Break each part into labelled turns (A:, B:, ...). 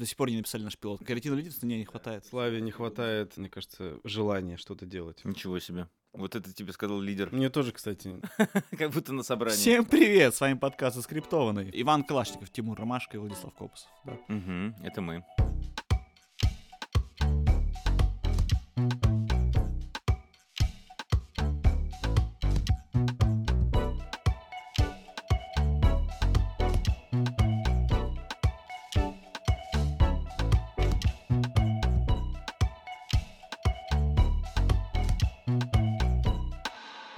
A: До сих пор не написали наш пилот. Каротина лидерства мне не хватает.
B: Славе не хватает, мне кажется, желания что-то делать.
C: Ничего себе. Вот это тебе сказал лидер.
B: Мне тоже, кстати,
C: Как будто на собрании.
A: Всем привет, с вами подкаст «Заскриптованный». Иван Калашников, Тимур Ромашко и Владислав Копус. Да.
C: Мгм, это мы.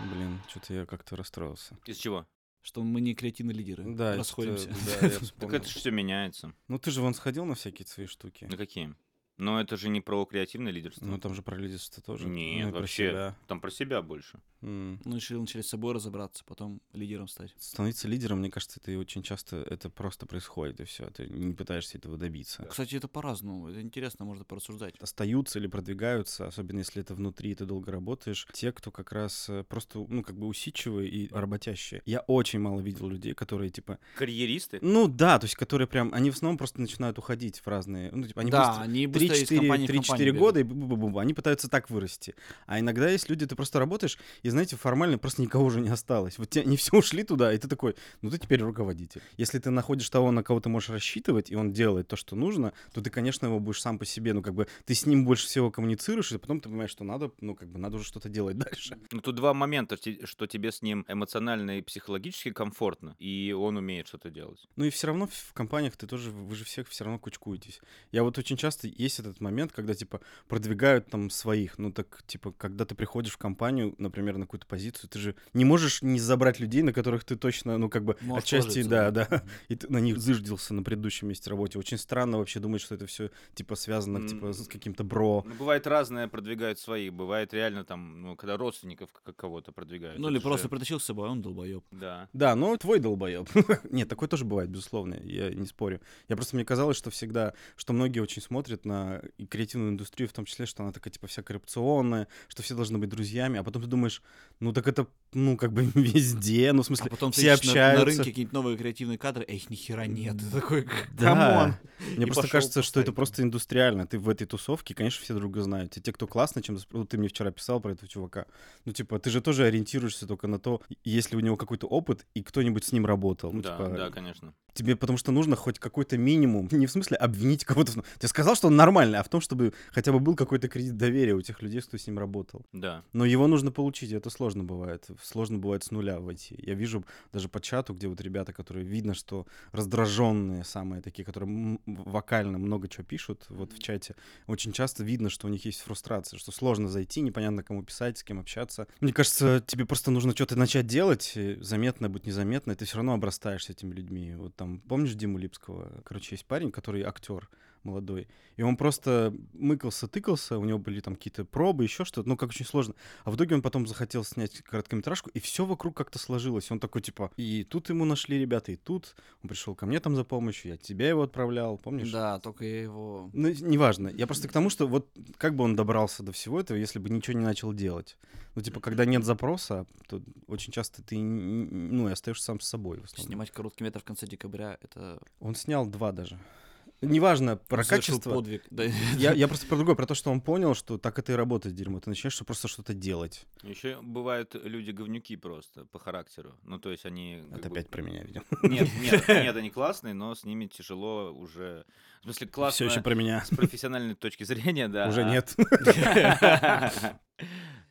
B: блин, что-то я как-то расстроился.
C: Из чего?
A: Что мы не креативные лидеры,
B: Да,
A: расходимся.
B: что-то- да, я
C: Так
B: вспомнил.
C: это же все меняется.
B: Ну ты же вон сходил на всякие свои штуки.
C: На какие? Но это же не про креативное лидерство.
B: Ну там же про лидерство тоже.
C: Нет,
B: Ну, и про
C: вообще.
B: себя.
C: Там про себя больше.
B: М.
A: Ну, решили начали с собой разобраться, потом лидером стать.
B: Становиться лидером, мне кажется, это и очень часто это просто происходит, и все. Ты не пытаешься этого добиться.
A: Кстати, это по-разному, это интересно, можно порассуждать.
B: остаются или продвигаются, особенно если это внутри, и ты долго работаешь, те, кто как раз э, просто, ну, как бы усидчивые и работящие. Я очень мало видел людей, которые, типа,
C: Карьеристы?
B: ну, да, то есть, которые прям, они в основном просто начинают уходить в разные, ну, типа, они
A: да,
B: быстро-
A: они быстро из компании в компанию
B: 3-4
A: бегают.
B: года, и бу-бу-бу-бу, они пытаются так вырасти. А иногда есть люди, ты просто работаешь, и, знаете, формально просто никого уже не осталось. Вот те- они все ушли туда, и ты такой, ну ты теперь руководитель. Если ты находишь того, на кого ты можешь рассчитывать, и он делает то, что нужно, то ты, конечно, его будешь сам по себе, ну как бы ты с ним больше всего коммуницируешь, и потом ты понимаешь, что надо, ну как бы надо уже что-то делать дальше.
C: Ну, тут два момента, те- что тебе с ним эмоционально и психологически комфортно, и он умеет что-то делать.
B: Ну и все равно в в компаниях ты тоже, вы же всех все равно кучкуетесь. Я вот очень часто есть этот момент, когда, типа, продвигают там своих. Ну так, типа, когда ты приходишь в компанию, например, на какую-то позицию, ты же не можешь не забрать людей, на которых ты точно, ну как бы,
A: Может,
B: отчасти,
A: сложится,
B: да, да. И ты на них зыждился на предыдущем месте работе. Очень странно вообще думать, что это все, типа, связано,
C: М.
B: типа, с каким-то бро.
C: Ну, бывает разное, продвигают свои. Бывает реально там, ну, когда родственников к- кого-то продвигают.
A: Ну, или
C: Это же-
A: просто притащил с собой, а он долбоеб.
C: Да.
B: Да, но твой долбоеб. Нет, такое тоже бывает, безусловно, я не спорю. Я просто мне казалось, что всегда, что многие очень смотрят на и креативную индустрию, в том числе, что она такая, типа, вся коррупционная, что все должны быть друзьями, а потом ты думаешь, ну так это, ну, как бы везде, ну,
A: А
B: в смысле,
A: потом ты
B: все
A: ищешь на- На,
B: общаются.
A: рынке какие-нибудь новые креативные кадры, а их нихера нет. Ты такой, камон.
B: Да. Мне
A: И
B: просто
A: пошёл
B: кажется, что это
A: поставить.
B: просто индустриально. Ты в этой тусовке, конечно, все друга знают. И те, кто классно, чем вот ты мне вчера писал про этого чувака. Ну, типа, ты же тоже ориентируешься только на то, если у него какой-то опыт, и кто-нибудь с ним работал. Ну,
C: да,
B: типа,
C: да, конечно.
B: Тебе потому что нужно хоть какой-то минимум, не в смысле обвинить кого-то. в том- Ты сказал, что он нормальный, а в том, чтобы хотя бы был какой-то кредит доверия у тех людей, кто с ним работал.
C: Да.
B: Но его нужно получить, и это сложно бывает. Сложно бывает с нуля войти. Я вижу даже по чату, где вот ребята, которые видно, что раздраженные самые такие, которые м- вокально много чего пишут вот в чате, очень часто видно, что у них есть фрустрация, что сложно зайти, непонятно кому писать, с кем общаться. Мне кажется, тебе просто нужно что-то начать делать, и заметно, быть незаметно, и ты все равно обрастаешь с этими людьми. Вот там, помнишь Диму Липского? Короче, есть парень, который актер молодой, и он просто мыкался, тыкался, у него были там какие-то пробы, еще что-то, ну как очень сложно. А в итоге он потом захотел снять короткометражку, и все вокруг как-то сложилось. Он такой, типа, и тут ему нашли ребята, и тут. Он пришел ко мне там за помощью, я тебя его отправлял, помнишь?
A: Да, только я его...
B: Ну, неважно. Я просто к тому, что вот как бы он добрался до всего этого, если бы ничего не начал делать. Ну, типа, когда нет запроса, то очень часто ты, н- н- ну, и остаешься сам с собой. в основном.
A: Снимать короткий метр в конце декабря, это...
B: Он снял два даже. Неважно, про
A: совершил
B: качество.
A: подвиг. Да.
B: Я, я просто про другое, про то, что он понял, что так это и работает дерьмо. Ты начинаешь просто что-то делать.
C: Еще бывают люди говнюки просто по характеру. Ну, то есть они... как
B: Это
C: бы-
B: опять про меня, видимо.
C: Нет, нет, нет, они классные, но с ними тяжело уже... В смысле,
B: Все
C: классно
B: еще про меня.
C: с профессиональной точки зрения, да.
B: Уже
C: а-
B: нет.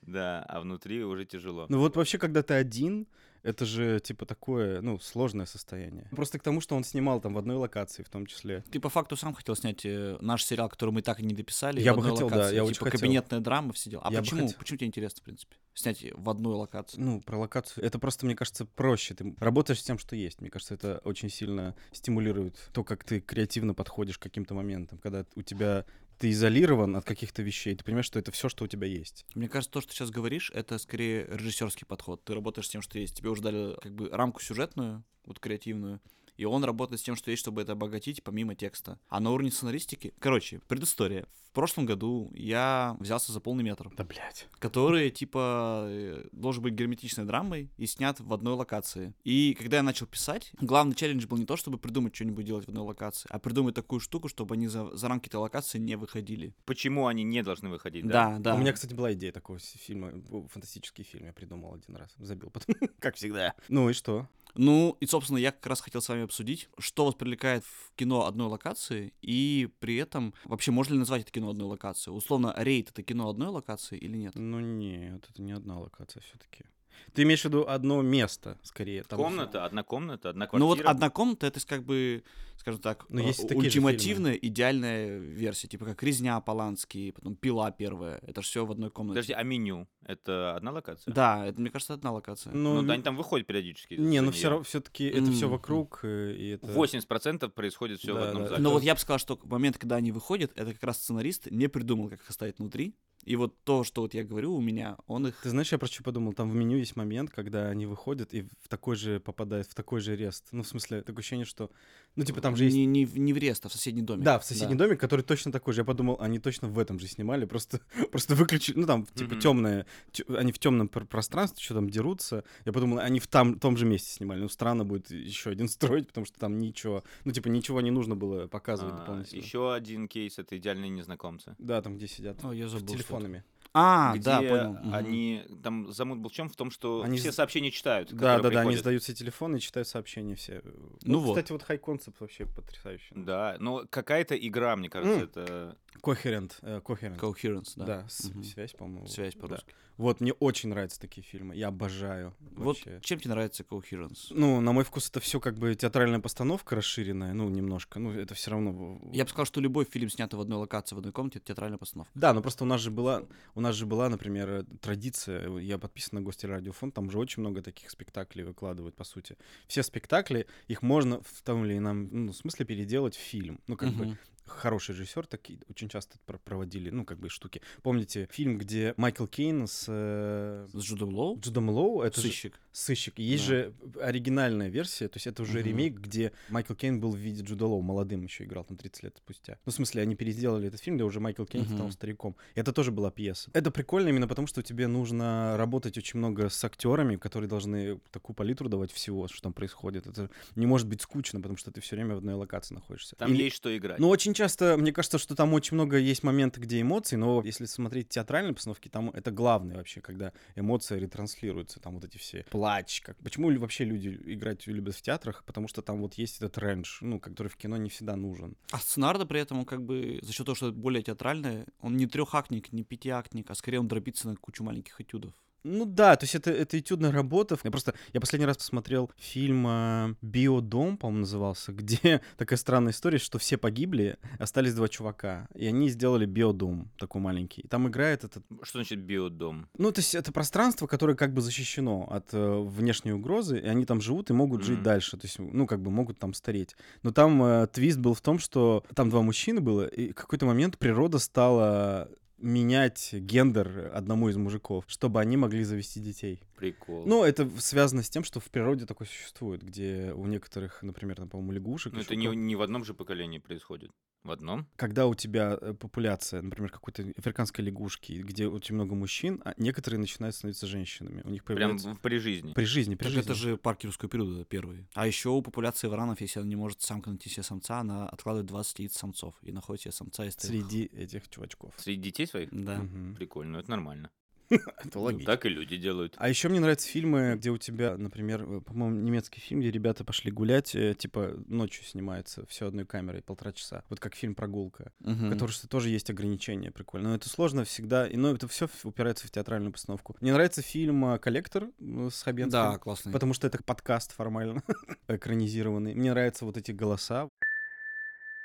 C: Да, а внутри уже тяжело.
B: Ну вот вообще, когда ты один, это же типа такое, ну, сложное состояние. Просто к тому, что он снимал там в одной локации в том числе.
A: Ты по факту сам хотел снять э, наш сериал, который мы так и не дописали.
B: Я
A: в
B: бы
A: одной
B: хотел, да,
A: локации.
B: я
A: типа
B: очень хотел.
A: кабинетная драма все дела. А
B: Я бы
A: почему?
B: хотел.
A: Почему тебе интересно, в принципе? Снять в одной локации.
B: Ну, про локацию. Это просто, мне кажется, проще. Ты работаешь с тем, что есть. Мне кажется, это очень сильно стимулирует то, как ты креативно подходишь к каким-то моментам. Когда у тебя ты изолирован от каких-то вещей, ты понимаешь, что это все, что у тебя есть.
A: Мне кажется, то, что ты сейчас говоришь, это скорее режиссерский подход. Ты работаешь с тем, что есть. Тебе уже дали как бы рамку сюжетную, вот креативную, И он работает с тем, что есть, чтобы это обогатить помимо текста. А на уровне сценаристики... Короче, предыстория. В прошлом году я взялся за полный метр
B: Да, блядь.
A: который, типа, э, должен быть герметичной драмой и снят в одной локации. И когда я начал писать, главный челлендж был не то, чтобы придумать что-нибудь делать в одной локации, а придумать такую штуку, чтобы они за, за рамки этой локации не выходили.
C: Почему они не должны выходить, да?
A: Да, да.
B: А У меня, кстати, была идея такого с- фильма, б- фантастический фильм я придумал один раз, забил потом, как всегда. Ну и что?
A: Ну, и, собственно, я как раз хотел с вами обсудить, что вас привлекает в кино одной локации, и при этом вообще можно ли назвать это кино одной локацией? Условно, рейд — это кино одной локации или нет?
B: Ну нет, это не одна локация все-таки. Ты имеешь в виду одно место, скорее. там-
C: Комната, одна комната, одна
A: Ну
C: квартира.
A: вот одна комната это как бы, скажем так,
B: Ну,
A: э,
B: есть и такие же
A: ультимативная идеальная версия, типа как резня Поланский, потом пила первая, это все в одной комнате.
C: Подожди, а меню? Это одна локация?
A: Да, это мне кажется одна локация.
B: Ну,
C: Ну, да, они там выходят периодически.
B: не,
C: за
B: ну
C: неё.
B: все равно все-таки это все
A: М.
B: вокруг, э, и это.
C: 80% происходит все в
B: Да, Ну,
C: одном
B: да.
C: зале.
A: Но
B: это-
A: вот я бы сказал, что момент, когда они выходят, это как раз сценарист не придумал, как их оставить внутри. И вот то, что вот я говорю у меня, он их
B: Ты знаешь, я про что подумал? Там в меню есть момент, когда они выходят и в такой же попадают, в такой же рест. Ну, в смысле, такое ощущение, что. Ну, типа, там же есть.
A: не, не, в- не в рест, а в соседний домик.
B: Да, в соседний домик, который точно такой же. Я подумал, они точно в этом же снимали, просто, просто выключили. Ну, там, типа,
C: Мгм.
B: темное. Они в темном пространстве, что там дерутся. Я подумал, они в там, том же месте снимали. Ну, странно будет еще один строить, потому что там ничего. Ну, типа, ничего не нужно было
A: А,
B: показывать дополнительно.
C: еще А, один кейс это идеальные незнакомцы.
B: Да, там, где сидят.
A: О, я
B: С
A: Ну, забыл. что это.
B: телефонами.
A: А,
C: где
A: да, понял. Мгм.
C: они там замут был в чем в том, что
B: Они
C: все
B: с-
C: сообщения читают.
B: Да,
C: которые
B: да, да, они
C: приходят.
B: сдают все телефоны и читают сообщения все.
A: Ну вот.
B: Кстати, вот хай концепт вообще потрясающий.
C: Да, но какая-то игра, мне кажется,
B: М.
C: это
B: Coherent. э, Coherent.
A: Coherence, да.
B: да, с-
A: Мгм.
B: связь, по-моему.
A: Связь
B: да.
A: по-русски.
B: Вот, мне очень нравятся такие фильмы. Я обожаю.
A: Вот
B: Вообще.
A: чем тебе нравится Coherence?
B: Ну, на мой вкус, это все как бы театральная постановка расширенная, ну, немножко. Ну, это все равно. в-
A: Я бы сказал, что любой фильм, снятый в одной локации, в одной комнате, это театральная постановка.
B: Да, но просто у нас же была, у нас же была, например, э, традиция. э, Я подписан на Гостелерадиофонд, там же очень много таких спектаклей выкладывают, по сути. Все спектакли, их можно в том или ином ну, смысле переделать в фильм. Ну, как бы
A: Мгм.
B: хороший режиссер, такие очень часто про- проводили, ну, как бы штуки. Помните фильм, где Майкл Кейн с э,
A: С Джудом Лоу?
B: Джудом Лоу, это же
A: Сыщик.
B: сыщик. Есть
A: Да.
B: же оригинальная версия, то есть это уже
A: Мгм.
B: ремейк, где Майкл Кейн был в виде Джуда Лоу, молодым еще играл, там 30 лет спустя. Ну, в смысле, они переделали этот фильм, где уже Майкл Кейн
A: Мгм.
B: стал стариком. Это тоже была пьеса. Это прикольно именно потому, что тебе нужно работать очень много с актерами, которые должны такую палитру давать всего, что там происходит. Это не может быть скучно, потому что ты все время в одной локации находишься.
C: там
B: Или-
C: есть что играть.
B: ну, очень часто, мне кажется, что там очень много есть моментов, где эмоции, но если смотреть театральные постановки, там это главное вообще, когда эмоции ретранслируются, там вот эти все плач. Как... Почему лю- вообще люди играть любят в театрах? Потому что там вот есть этот рендж, ну, который в кино не всегда нужен.
A: А сценарно при этом он как бы за счет того, что это более театральное, он не трехактник, не пятиактник, а скорее он дробится на кучу маленьких этюдов.
B: Ну да, то есть это, это этюдная работа. Я просто, я последний раз посмотрел фильм э, «Биодом», по-моему, назывался, где такая странная история, что все погибли, остались два чувака, и они сделали биодом такой маленький. И там играет этот
C: Что значит биодом?
B: Ну, то есть это пространство, которое как бы защищено от э, внешней угрозы, и они там живут и могут жить
C: Мгм.
B: дальше, то есть, ну, как бы могут там стареть. Но там э, твист был в том, что там два мужчины было, и в какой-то момент природа стала менять гендер одному из мужиков, чтобы они могли завести детей.
C: Прикол.
B: Ну, это в- связано с тем, что в природе такое существует, где у некоторых, например, там, по-моему, лягушек...
C: Ну,
B: ещё
C: это не,
B: кого-то-
C: не в одном же поколении происходит. В одном?
B: когда у тебя э, популяция, например, какой-то африканской лягушки, где очень много мужчин, а некоторые начинают становиться женщинами. У них
C: Прям
B: появляется...
C: в- при жизни.
B: При жизни, при
A: Так
B: жизни.
A: это же паркерскую периода первый. А еще у популяции варанов, если она не может самка найти себе самца, она откладывает 20 яиц самцов и находит себе самца из трех.
B: среди этих чувачков.
C: Среди детей своих?
A: Да.
B: Мгм.
C: Прикольно, это нормально.
B: Это
C: Ну, Так и люди делают.
B: А еще мне нравятся фильмы, где у тебя, например, э, по-моему, немецкий фильм, где ребята пошли гулять, э, типа ночью снимается все одной камерой полтора часа. Вот как фильм Прогулка,
A: Мгм.
B: в который что тоже есть ограничения, прикольно. Но это сложно всегда, и но это все упирается в театральную постановку. Мне нравится фильм э, Коллектор э, с Хабенским.
A: Да, классный.
B: Потому что это подкаст формально экранизированный. Мне нравятся вот эти голоса.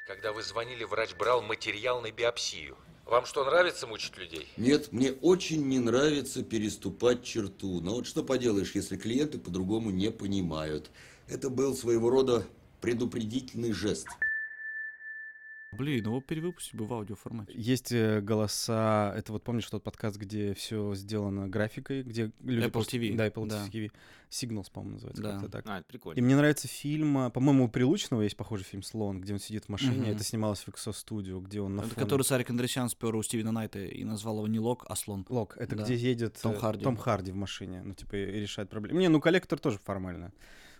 D: Когда вы звонили, врач брал материал на биопсию. Вам что, нравится мучить людей?
E: Нет, мне очень не нравится переступать черту. Но вот что поделаешь, если клиенты по-другому не понимают. Это был своего рода предупредительный жест.
A: Блин, ну его перевыпустить бы в аудиоформате.
B: Есть э, голоса, это вот помнишь тот подкаст, где все сделано графикой, где люди
A: Apple
B: просто-
A: TV,
B: Да, Apple
A: да.
B: TV. Signals, по-моему, называется
A: Да.
B: как-то так.
C: А, это
B: И
C: прикольно.
B: мне нравится фильм, а, по-моему, у Прилучного есть похожий фильм «Слон», где он сидит в машине,
A: Мгм.
B: это снималось в XO Studio, где он на
A: Это
B: фоне-
A: который Сарик Андресян спер у Стивена Найта и назвал его не Лок, а Слон.
B: Лок, это
A: Да.
B: где едет э,
A: Том Харди.
B: Том Харди в машине, ну, типа, и решает проблемы. Не, ну, коллектор тоже формально,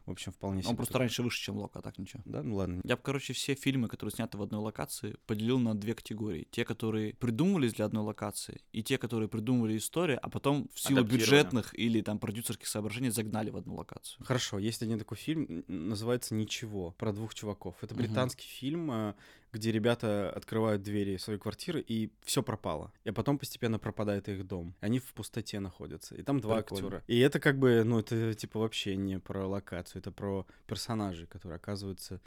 B: в общем, вполне себе.
A: Он просто
B: тут-
A: раньше выше, чем Лок, а так ничего.
B: Да, ну ладно.
A: Я бы, короче, все фильмы, которые сняты в одной локации, поделил на две категории. Те, которые придумывались для одной локации, и те, которые придумывали историю, а потом в силу
C: Адаптированы.
A: бюджетных или там продюсерских соображений загнали в одну локацию.
B: Хорошо, есть один такой фильм, н- называется «Ничего», про двух чуваков. Это
A: Мгм.
B: британский фильм, э, где ребята открывают двери своей квартиры, и все пропало. И потом постепенно пропадает их дом. И они в пустоте находятся. И там два
A: Прикольно.
B: актера. И это как бы, ну, это типа вообще не про локацию, это про персонажей, которые оказываются...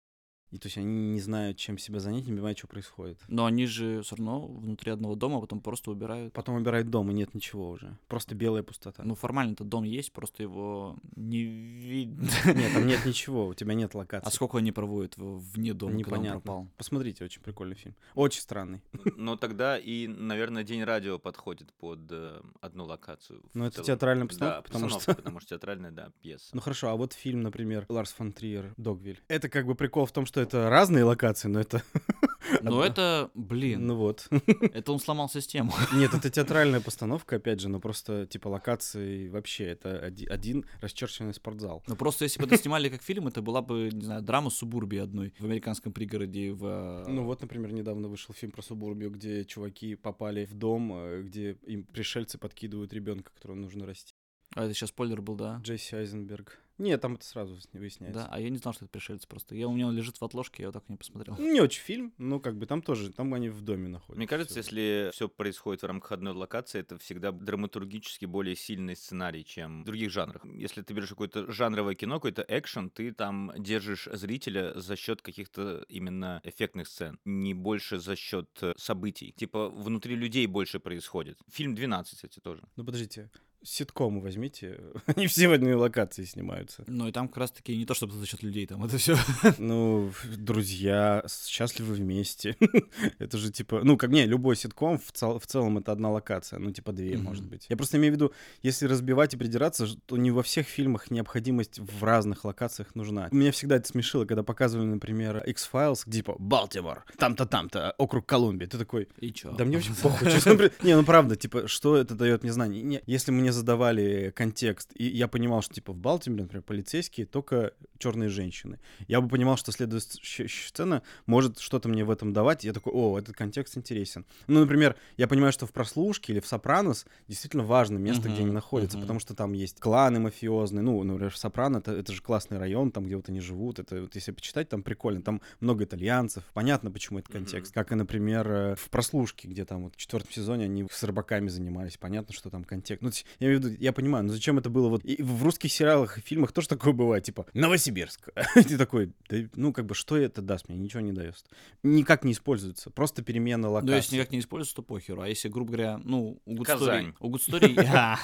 B: И то есть они не знают, чем себя занять, не понимают, что происходит.
A: Но они же все равно внутри одного дома, а потом просто убирают.
B: Потом убирают дом, и нет ничего уже. Просто белая пустота.
A: Ну, формально-то дом есть, просто его не видно.
B: Нет, там нет ничего, у тебя нет локации.
A: А сколько они проводят в- вне дома, когда
B: Непонятно.
A: он пропал?
B: Посмотрите, очень прикольный фильм. Очень странный.
C: Но тогда и, наверное, День радио подходит под э, одну локацию. в
B: Ну, это
C: целом.
B: театральная
C: Да,
B: постановка, потому что-
C: постановка, потому что театральная, да, пьеса.
B: Ну хорошо, а вот фильм, например, Ларс фон Триер «Догвиль». Это как бы прикол в том, что это разные локации, но это...
A: Но
B: Одна.
A: это, блин,
B: Ну вот.
A: это он сломал систему.
B: Нет, это театральная постановка, опять же, но просто типа локации вообще это оди- один расчерченный спортзал.
A: Ну просто если бы это снимали как фильм, это была бы, не знаю, драма субурби одной в американском пригороде в... э,
B: Ну вот, например, недавно вышел фильм про Субурбию, где чуваки попали в дом, э, где им пришельцы подкидывают ребенка, которого нужно расти.
A: А это сейчас спойлер был, да?
B: Джесси Айзенберг. Нет, там это сразу с- выясняется.
A: Да, а я не знал, что это пришельцы просто. Я, у меня он лежит в отложке, я его так и не посмотрел.
B: Не очень фильм, но как бы там тоже, там они в доме находятся.
C: Мне кажется,
B: Всё.
C: если все происходит в рамках одной локации, это всегда драматургически более сильный сценарий, чем в других жанрах. Если ты берешь какое-то жанровое кино, какой-то экшен, ты там держишь зрителя за счет каких-то именно эффектных сцен, не больше за счет э, событий. Типа внутри людей больше происходит. Фильм 12, кстати, тоже.
B: Ну подождите, ситкомы возьмите, они все в одной локации снимаются.
A: Ну и там как раз таки не то, чтобы за счет людей там, это все.
B: Ну, в- друзья, с- счастливы вместе. это же типа, ну, как не, любой ситком в, цел- в целом это одна локация, ну, типа две,
A: Мгм.
B: может быть. Я просто имею в виду, если разбивать и придираться, ж- то не во всех фильмах необходимость в разных локациях нужна. Меня всегда это смешило, когда показывали, например, X-Files, где, типа Балтимор, там-то, там-то, округ Колумбия. Ты такой,
A: И чё?
B: да мне вообще похуй, честно. говоря. Не, ну правда, типа, что это дает мне знание? Не, если мне задавали контекст, и я понимал, что, типа, в Балтиморе, например, полицейские только черные женщины, я бы понимал, что следующая сцена может что-то мне в этом давать, и я такой, о, этот контекст интересен. Ну, например, я понимаю, что в «Прослушке» или в «Сопранос» действительно важно место, где они
A: Мгм,
B: находятся,
A: мгм.
B: потому что там есть кланы мафиозные, ну, например, в «Сопрано» это, это же классный район, там, где вот они живут, это, вот если почитать, там прикольно, там много итальянцев, понятно, почему это
C: Мгм.
B: контекст, как и, например, э, в «Прослушке», где там вот в четвертом сезоне они с рыбаками занимались, понятно, что там контекст. Ну, то есть, я имею в виду, я понимаю, но зачем это было вот и в русских сериалах и фильмах тоже такое бывает, типа «Новосибирск», и ты такой, «Да, ну, как бы, что это даст мне, ничего не даст. Никак не используется, просто перемена локации.
A: Ну, если никак не используется, то похеру. А если, грубо говоря, ну, у
C: Казань.
A: Гудстори... У Гудстори... Да.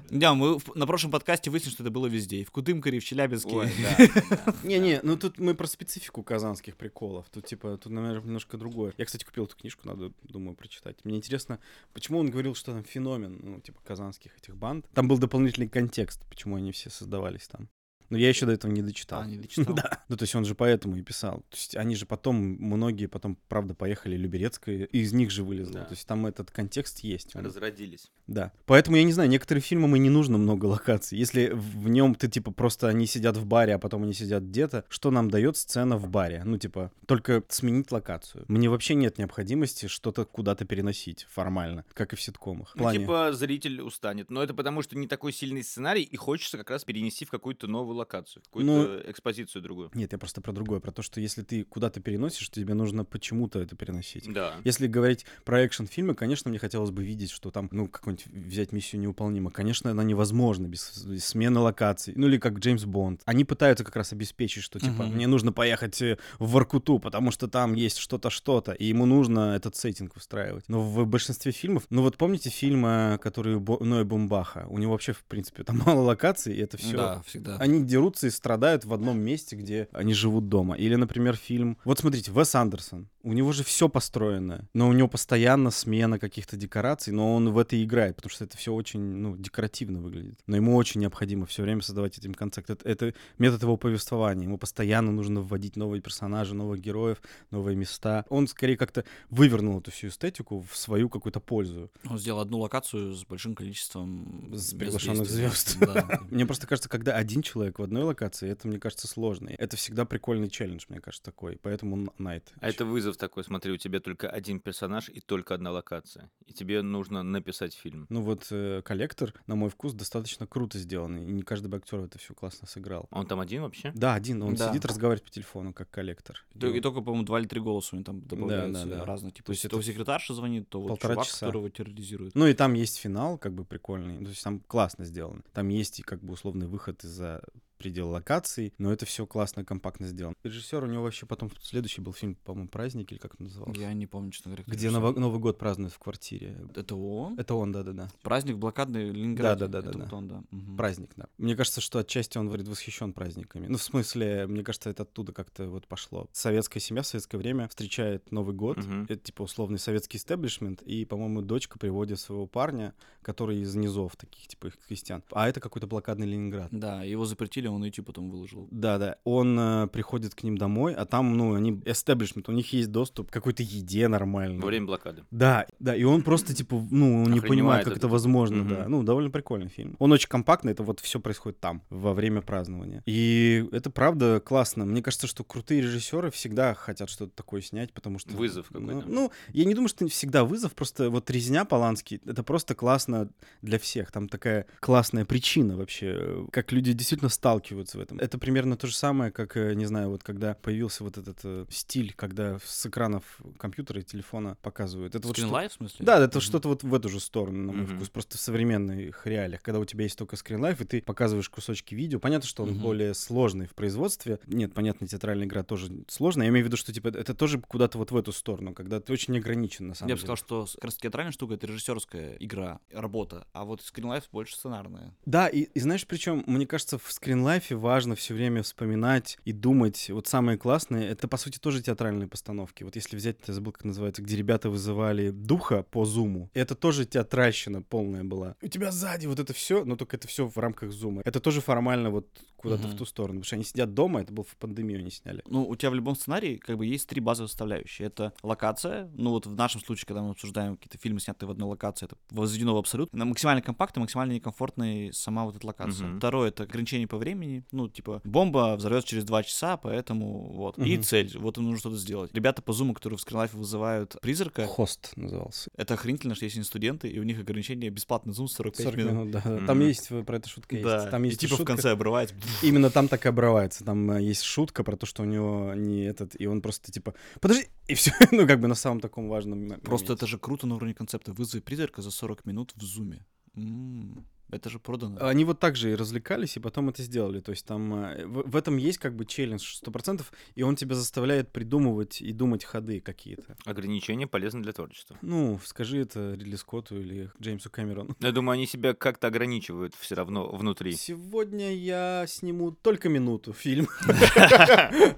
A: Да, мы в- на прошлом подкасте выяснили, что это было везде. И в Кудымкаре, и в
C: Ой,
A: Челябинске. А,
C: да, да.
B: Не-не, ну тут мы про специфику казанских приколов. Тут, типа, тут, наверное, немножко другое. Я, кстати, купил эту книжку, надо, думаю, прочитать. Мне интересно, почему он говорил, что там феномен, ну, типа, казанских этих банд. Там был дополнительный контекст, почему они все создавались там. Но я еще до этого не дочитал.
A: А, не дочитал.
B: Ну, то есть он же поэтому и писал. То есть они же потом, многие потом, правда, поехали Люберецкая, и из них же вылезло.
C: Да.
B: То есть там этот контекст есть. он
C: Разродились.
B: да. Поэтому я не знаю, некоторым фильмам и не нужно много локаций. Если в в нем ты типа просто они сидят в баре, а потом они сидят где-то, что нам дает сцена в баре? Ну, типа, только сменить локацию. Мне вообще нет необходимости что-то куда-то переносить формально, как и в ситкомах. В
C: Ну,
B: плане-
C: типа, зритель устанет. Но это потому, что не такой сильный сценарий, и хочется как раз перенести в какую-то новую локацию, какую-то
B: Ну,
C: экспозицию другую.
B: Нет, я просто про другое, про то, что если ты куда-то переносишь, то тебе нужно почему-то это переносить.
C: Да.
B: Если говорить про экшн-фильмы, конечно, мне хотелось бы видеть, что там, ну, какую-нибудь взять миссию неуполнима. Конечно, она невозможна без, без смены локаций. Ну, или как Джеймс Бонд. Они пытаются как раз обеспечить, что, типа,
A: Мгм.
B: мне нужно поехать э, в Воркуту, потому что там есть что-то, что-то, и ему нужно этот сеттинг выстраивать. Но в большинстве фильмов... Ну, вот помните фильм, э, который Бо- Ной Бумбаха? У него вообще, в принципе, там мало локаций, и это все...
A: Да, всегда.
B: Они дерутся и страдают в одном месте, где они живут дома. Или, например, фильм... Вот смотрите, Вес Андерсон. У него же все построено, но у него постоянно смена каких-то декораций, но он в это и играет, потому что это все очень, ну, декоративно выглядит. Но ему очень необходимо все время создавать этим концепт. Это, это метод его повествования. Ему постоянно нужно вводить новые персонажи, новых героев, новые места. Он скорее как-то вывернул эту всю эстетику в свою какую-то пользу.
A: Он сделал одну локацию с большим количеством
B: С
A: мест
B: приглашенных
A: действия.
B: звезд.
A: Да.
B: Мне просто кажется, когда один человек в одной локации, это, мне кажется, сложно. Это всегда прикольный челлендж, мне кажется, такой. Поэтому Найт.
C: А это вызов такой, смотри, у тебя только один персонаж и только одна локация. И тебе нужно написать фильм.
B: Ну вот э, коллектор, на мой вкус, достаточно круто сделан. И не каждый бы актер это все классно сыграл.
C: А он там один вообще?
B: Да, один. Он
A: Да.
B: сидит, разговаривает по телефону, как коллектор.
A: И то- И только, по-моему, два или три голоса у него там добавляются
B: да, да.
A: разных. Типа,
B: То есть
A: если то
B: это
A: секретарша звонит, то вот
B: полтора
A: чувак,
B: часа.
A: которого терроризирует.
B: Ну и там есть финал, как бы прикольный. То есть там классно сделано. Там есть и как бы условный выход из-за предела локаций, но это все классно, компактно сделано. Режиссер у него вообще потом следующий был фильм, по-моему, «Праздник» или как он назывался?
A: Я не помню, честно говоря. как
B: Где
A: это
B: Ново- Новый год празднуют в квартире.
A: всё. Это он?
B: Это он, да-да-да.
A: Праздник блокадный Ленинграда.
B: Да, да, да,
A: Это
B: да,
A: вот
B: да.
A: он, да. Мгм.
B: Праздник, да. Мне кажется, что отчасти он восхищен праздниками. Ну, в смысле, мне кажется, это оттуда как-то вот пошло. Советская семья в советское время встречает Новый год.
C: Мгм.
B: Это типа условный советский истеблишмент. И, по-моему, дочка приводит своего парня, который из низов таких, типа, их крестьян. А это какой-то блокадный Ленинград.
A: Да, его запретили, он на YouTube потом выложил.
B: Да-да, он э, приходит к ним домой, а там, ну, они эстеблишмент, у них есть доступ к какой-то еде нормальной.
C: Во время блокады.
B: Да, да, и он просто, типа, ну, он не
C: Охреневает
B: понимает, как
C: от
B: это
C: этого.
B: возможно,
C: Мгм.
B: да. Ну, довольно прикольный фильм. Он очень компактный, это вот все происходит там, во время празднования. И это правда классно. Мне кажется, что крутые режиссеры всегда хотят что-то такое снять, потому что...
C: Вызов
B: Ну,
C: какой-то.
B: ну, я не думаю, что всегда вызов, просто вот «Резня» Поланский, это просто классно для всех. Там такая классная причина вообще, э, как люди действительно сталкиваются в этом. Это примерно то же самое, как, э, не знаю, вот когда появился вот этот э, стиль, когда с экранов компьютера и телефона показывают. Это вот что-
A: Скринлайф, в смысле?
B: да, это
A: Мгм.
B: что-то вот в эту же сторону, на мой
C: Мгм.
B: вкус, просто в современных реалиях, когда у тебя есть только скринлайф, и ты показываешь кусочки видео. Понятно, что он
A: Мгм.
B: более сложный в производстве. Нет, понятно, театральная игра тоже сложная. Я имею в виду, что типа это тоже куда-то вот в эту сторону, когда ты очень ограничен, на самом
A: Я бы
B: деле.
A: сказал, что с- как раз театральная штука — это режиссерская игра, работа, а вот скринлайф больше сценарная.
B: Да, и, и знаешь, причем, мне кажется, в скринлайфе важно все время вспоминать и думать. Вот самые классные, это, по сути, тоже театральные постановки. Вот если взять, я забыл, как называется, где ребята вызывали духа по зуму, это тоже театральщина полная была. У тебя сзади вот это все, но только это все в рамках зума. Это тоже формально вот куда-то
A: Мгм.
B: в ту сторону, потому что они сидят дома, это был в пандемию они сняли.
A: Ну, у тебя в любом сценарии как бы есть три базовые составляющие. Это локация, ну вот в нашем случае, когда мы обсуждаем какие-то фильмы, снятые в одной локации, это возведено в абсолют. На максимально компактной, максимально некомфортной сама вот эта локация.
C: Мгм.
A: Второе — это ограничение по времени, ну, типа, бомба взорвется через два часа, поэтому вот. И
B: Мгм.
A: цель, вот им нужно что-то сделать. Ребята по зуму, которые в скринлайфе вызывают призрака,
B: Хост назывался.
A: это охренительно, что есть они студенты, и у них ограничение бесплатный зум 45,
B: 40
A: минут.
B: минут, да. да. Там
C: Мгм.
B: есть, э, про это шутка есть.
A: Да,
B: Там
A: и
B: есть
A: типа в
B: шутка.
A: конце обрывается.
B: Именно там так и обрывается. Там э, есть шутка про то, что у него не этот, и он просто типа подожди, и все, ну как бы на самом таком важном. м-
A: Просто
B: моменте.
A: это же круто на уровне концепта. Вызови призрака за 40 минут в зуме. М, Это же продано.
B: А Они вот так же и развлекались, и потом это сделали. То есть там э, в, в этом есть как бы челлендж 100%, и он тебя заставляет придумывать и думать ходы какие-то.
C: Ограничения полезны для творчества.
B: Ну, скажи это Ридли Скотту или Джеймсу Кэмерону.
C: Я думаю, они себя как-то ограничивают все равно внутри.
B: Сегодня я сниму только минуту фильм.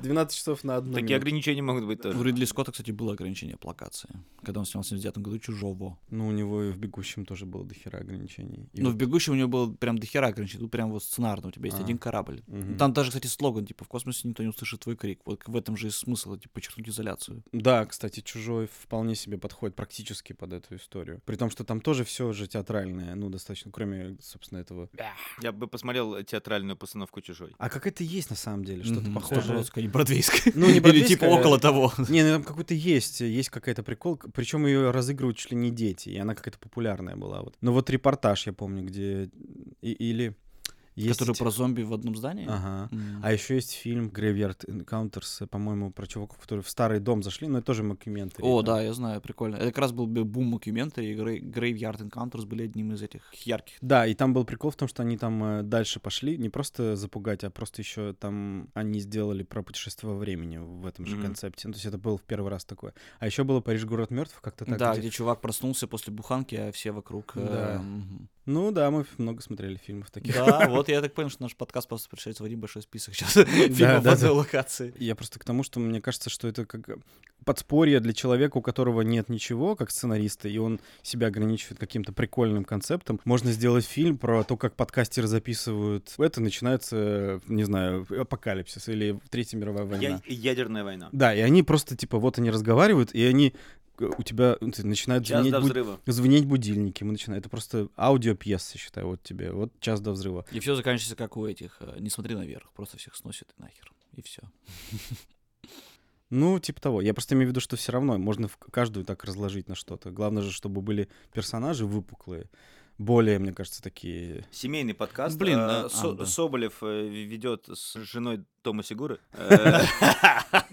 B: 12 часов на одну
C: Такие
B: минуту.
C: ограничения могут быть
A: У
C: тоже.
A: Ридли Скотта, кстати, было ограничение по локации, когда он снял в 79 году «Чужого».
B: Ну, у него и в «Бегущем» тоже было дохера ограничений. И
A: ну,
B: вот-
A: в «Бегущем» у него было прям дохера ограничений. Тут прям вот сценарно. У тебя есть
B: А.
A: один корабль.
B: Мгм.
A: Там даже, кстати, слоган, типа, в космосе никто не услышит твой крик. Вот в этом же и смысл, типа, подчеркнуть изоляцию.
B: Да, кстати, чужой вполне себе подходит практически под эту историю. При том, что там тоже все же театральное, ну, достаточно, кроме, собственно, этого.
C: Я бы посмотрел театральную постановку «Чужой».
B: А как это есть на самом деле? Что-то
A: Мгм.
B: похожее.
A: Стопроцентно, не бродвейская.
B: Ну, не
A: Или типа
B: бродвейская.
A: около того.
B: Не, ну там какой-то есть, есть какая-то прикол, причем ее разыгрывают чуть ли не дети, и она какая-то популярная была. Вот. Ну вот репортаж, я помню, где... и- или... Есть...
A: Который про зомби в одном здании?
B: Ага.
A: М.
B: А еще есть фильм Graveyard Encounters, по-моему, про чуваков, которые в старый дом зашли, но это тоже макюментари.
A: О,
B: Там
A: да, я знаю, прикольно. Это как раз был б- бум мокюментари, и Грей- Graveyard Encounters были одним из этих ярких.
B: Да, и там был прикол в том, что они там э, дальше пошли, не просто запугать, а просто еще там они сделали про путешествие во времени в этом же
C: Мгм.
B: концепте. Ну, то есть это был в первый раз такое. А еще было Париж город мертвых, как-то так.
A: да,
B: где-
A: где чувак проснулся после буханки, а все вокруг. э,
B: Да.
A: мгм.
B: Ну да, мы много смотрели фильмов таких.
A: Да, вот я так понял, что наш подкаст просто превращается в один большой список сейчас фильмов
B: да,
A: одной
B: да.
A: локации.
B: Я просто к тому, что мне кажется, что это как подспорье для человека, у которого нет ничего, как сценариста, и он себя ограничивает каким-то прикольным концептом. Можно сделать фильм про то, как подкастеры записывают. Это начинается, не знаю, апокалипсис или Третья мировая война.
C: Я- Ядерная война.
B: Да, и они просто, типа, вот они разговаривают, и они э, у тебя ну, ты- начинают
C: Час
B: звенеть,
C: до
B: буд-
C: взрыва.
B: звенеть будильники. Мы начинаем. Это просто аудиопьеса, считай, вот тебе. Вот час до взрыва.
A: И все заканчивается, как у этих. э, Не смотри наверх, просто всех сносит и нахер. И все.
B: Ну, типа того. Я просто имею в виду, что все равно можно в каждую так разложить на что-то. Главное же, чтобы были персонажи выпуклые. Более, мне кажется, такие...
C: Семейный подкаст.
A: Блин,
C: Блин,
A: а, а, да.
C: Соболев э, ведет с женой Тома Сигуры. э,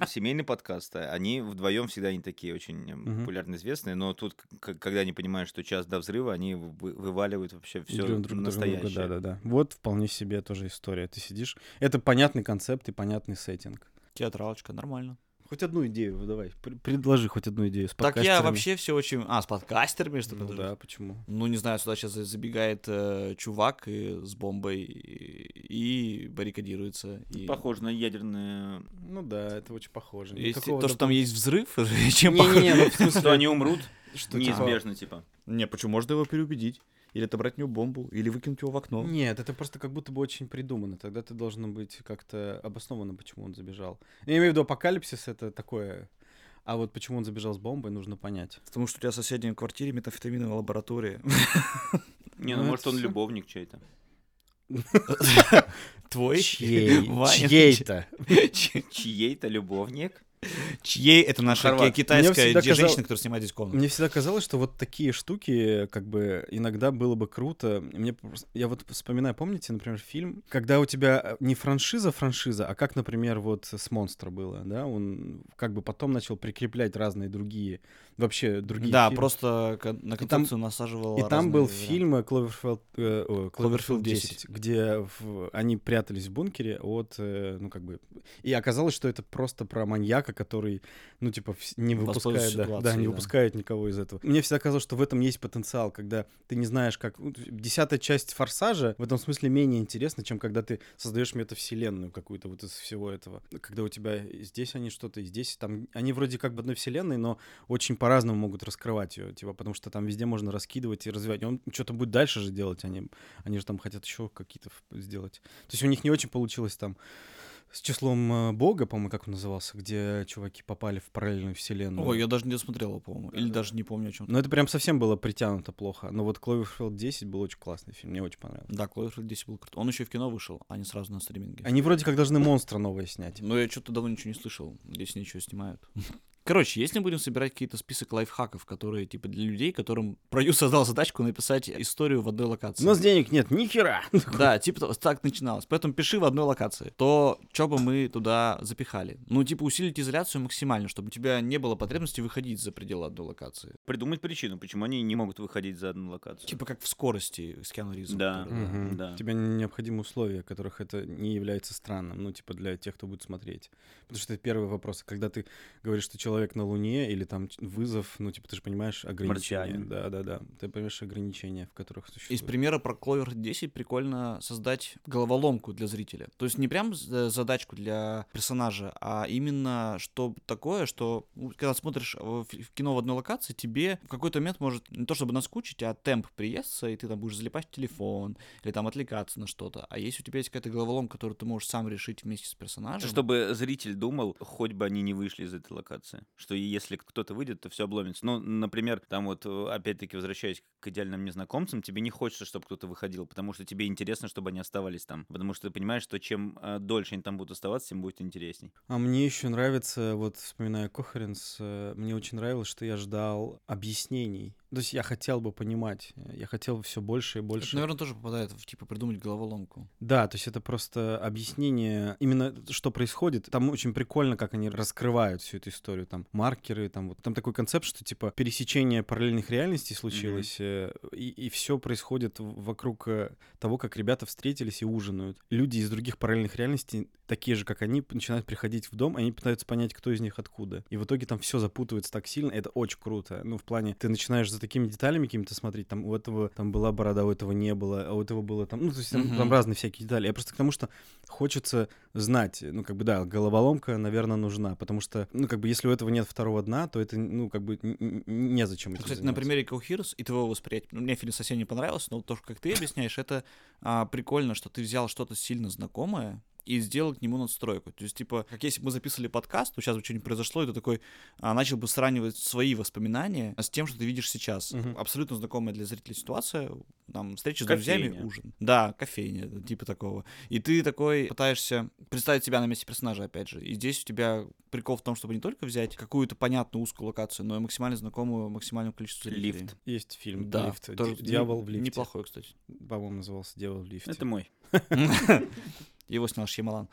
C: Семейный подкаст. а Они вдвоем всегда они такие очень э,
B: Мгм.
C: популярно известные, но тут, к- когда они понимают, что час до взрыва, они вы- вываливают вообще все
B: друг друга- друг друга,
C: настоящее.
B: Да-да-да. Вот вполне себе тоже история. Ты сидишь... Это понятный концепт и понятный сеттинг.
A: Театралочка, нормально.
B: Хоть одну идею давай. пр- Предложи хоть одну идею с
A: Так я
B: подкастерами.
A: вообще все очень... А, с подкастерами, что
B: Ну
A: ли?
B: да, почему?
A: Ну, не знаю, сюда сейчас забегает э, чувак и, с бомбой и, и баррикадируется. И,
C: Похоже на ядерное...
B: Ну да, это очень похоже.
A: Если
B: Никакого
A: то, что там есть взрыв, чем похоже.
B: Не-не-не, ну, в
C: Что
B: смысле,
C: они умрут
B: что, типа,
C: неизбежно, типа.
A: Не, почему? Можно его переубедить. Или отобрать у него бомбу, или выкинуть его в окно.
B: Нет, это просто как будто бы очень придумано. Тогда ты должно быть как-то обосновано, почему он забежал. Я имею в виду апокалипсис это такое. А вот почему он забежал с бомбой, нужно понять.
A: Потому что у тебя в соседней квартире метафетаминовая лаборатория.
C: Не, ну
B: Ну,
C: может
B: это
C: он
B: всё.
C: любовник чей-то.
A: Твой? Ваня?
B: Чьей-то.
A: Чь-
C: Чьей-то любовник?
A: Чьей? Это наша
C: Хорват.
A: ки- китайская
B: всегда
A: де-
B: казал-
A: женщина, которая снимает здесь комнату.
B: Мне всегда казалось, что вот такие штуки, как бы, иногда было бы круто. Мне просто- я вот вспоминаю, помните, например, фильм, когда у тебя э, не франшиза-франшиза, а как, например, вот с «Монстра» было, да? Он как бы потом начал прикреплять разные другие, вообще другие
A: Да,
B: фильмы.
A: просто кон- на концепцию насаживала
B: И там
A: разные
B: был
A: варианты.
B: фильм э, «Кловерфилд», э, о, «Кловерфилд 10»,
A: 10,
B: где в- они прятались в бункере от, э, ну, как бы... И оказалось, что это просто про маньяка, который, ну, типа, вс- не выпускает...
A: Воспользовался
B: Да, да,
A: ситуацией,
B: не
A: да.
B: выпускает никого из этого. Мне всегда казалось, что в этом есть потенциал, когда ты не знаешь, как... ну, Десятая часть «Форсажа» в этом смысле менее интересна, чем когда ты создаешь метавселенную какую-то вот из всего этого. Когда у тебя и здесь они что-то, и здесь там... Они вроде как в одной вселенной, но очень по-разному могут раскрывать ее, типа, потому что там везде можно раскидывать и развивать. И Он что-то будет дальше же делать, а они, они же там хотят еще какие-то ф- сделать. То есть у них не очень получилось там с числом э, Бога, по-моему, как он назывался, где чуваки попали в параллельную вселенную.
A: Ой, я даже не смотрел его, по-моему. Или даже не помню о чем.
B: Но это прям совсем было притянуто плохо. Но вот Cloverfield 10 был очень классный фильм, мне очень понравился.
A: Да, Кловерфилд 10 был крутой. Он еще и в кино вышел, а не сразу на стриминге.
B: Они вроде как должны монстра новое снять.
A: Но я что-то давно ничего не слышал. Здесь ничего снимают. Короче, если мы будем собирать какие-то список лайфхаков, которые, типа, для людей, которым продюсер создал задачку написать историю в одной локации.
B: У нас денег нет, ни хера.
A: Да, типа того, так начиналось. Поэтому пиши в одной локации. То, что бы мы туда запихали. Ну, типа, усилить изоляцию максимально, чтобы у тебя не было потребности выходить за пределы одной локации.
C: Придумать причину, почему они не могут выходить за одну локацию.
A: Типа как в скорости с Киану Ривзом,
C: Да.
A: который,
B: Мгм.
C: да.
B: Тебе необходимы условия, которых это не является странным, ну, типа, для тех, кто будет смотреть. Потому что это первый вопрос. А Когда ты говоришь, что человек на Луне или там ч- вызов, ну, типа, ты же понимаешь ограничения.
C: Марсианин.
B: Да-да-да. Ты понимаешь ограничения, в которых существует.
A: Из примера про Clover 10 прикольно создать головоломку для зрителя. То есть не прям з- э, задачку для персонажа, а именно что такое, что ну, когда смотришь в в кино в одной локации, тебе в какой-то момент может не то чтобы наскучить, а темп приестся, и ты там будешь залипать в телефон или там отвлекаться на что-то. А если у тебя есть какая-то головоломка, которую ты можешь сам решить вместе с персонажем,
C: Чтобы зритель думал, хоть бы они не вышли из этой локации. Что и если кто-то выйдет, то все обломится. Ну, например, там вот, э, опять-таки, возвращаясь к идеальным незнакомцам, тебе не хочется, чтобы кто-то выходил, потому что тебе интересно, чтобы они оставались там. Потому что ты понимаешь, что чем э, дольше они там будут оставаться, тем будет интересней.
B: А мне еще нравится, вот вспоминая Кохеренс, э, мне очень нравилось, что я ждал объяснений. То есть я хотел бы понимать, э, я хотел все больше и
A: это,
B: больше.
A: наверное, тоже попадает в типа придумать головоломку.
B: Да, то есть это просто объяснение именно что происходит. Там очень прикольно, как они раскрывают всю эту историю. Там маркеры, там вот там такой концепт, что типа пересечение параллельных реальностей случилось, э, и, все происходит в- вокруг э, того, как ребята встретились и ужинают. Люди из других параллельных реальностей, такие же, как они, п- начинают приходить в дом, они пытаются понять, кто из них откуда. И в итоге там все запутывается так сильно, это очень круто. Ну, в плане, ты начинаешь за такими деталями какими-то смотреть, там у этого там была борода, у этого не было, а у этого было там, ну, то есть там,
A: Мгм.
B: там разные всякие детали. Я просто к тому, что хочется знать, ну, как бы, да, головоломка, наверное, нужна, потому что, ну, как бы, если у этого нет второго дна, то это, ну, как бы, н- н- н- незачем этим
A: Ну, Кстати, на
B: заниматься.
A: примере Cool Heroes и твоего восприятия. Ну, мне фильм совсем не понравился, но вот то, как ты объясняешь, это а, прикольно, что ты взял что-то сильно знакомое и сделал к нему надстройку. То есть, типа, как если бы мы записывали подкаст, то сейчас бы что-нибудь произошло, и ты такой а, начал бы сравнивать свои воспоминания с тем, что ты видишь сейчас.
B: Мгм.
A: Абсолютно знакомая для зрителей ситуация, там, встреча с друзьями,
C: Кофейня.
A: ужин. Да, кофейня, да, типа такого. И ты такой пытаешься представить себя на месте персонажа, опять же. И здесь у тебя прикол в том, чтобы не только взять какую-то понятную узкую локацию, но и максимально знакомую максимальному количеству зрителей.
C: Лифт.
B: Есть фильм
A: Да,
B: «Лифт»,
A: тоже
B: «Ди- «Дьявол в
A: не-
B: лифте».
A: Неплохой, кстати.
B: По-моему, назывался «Дьявол в лифте».
C: Это мой.
A: Его снял Шьямалан.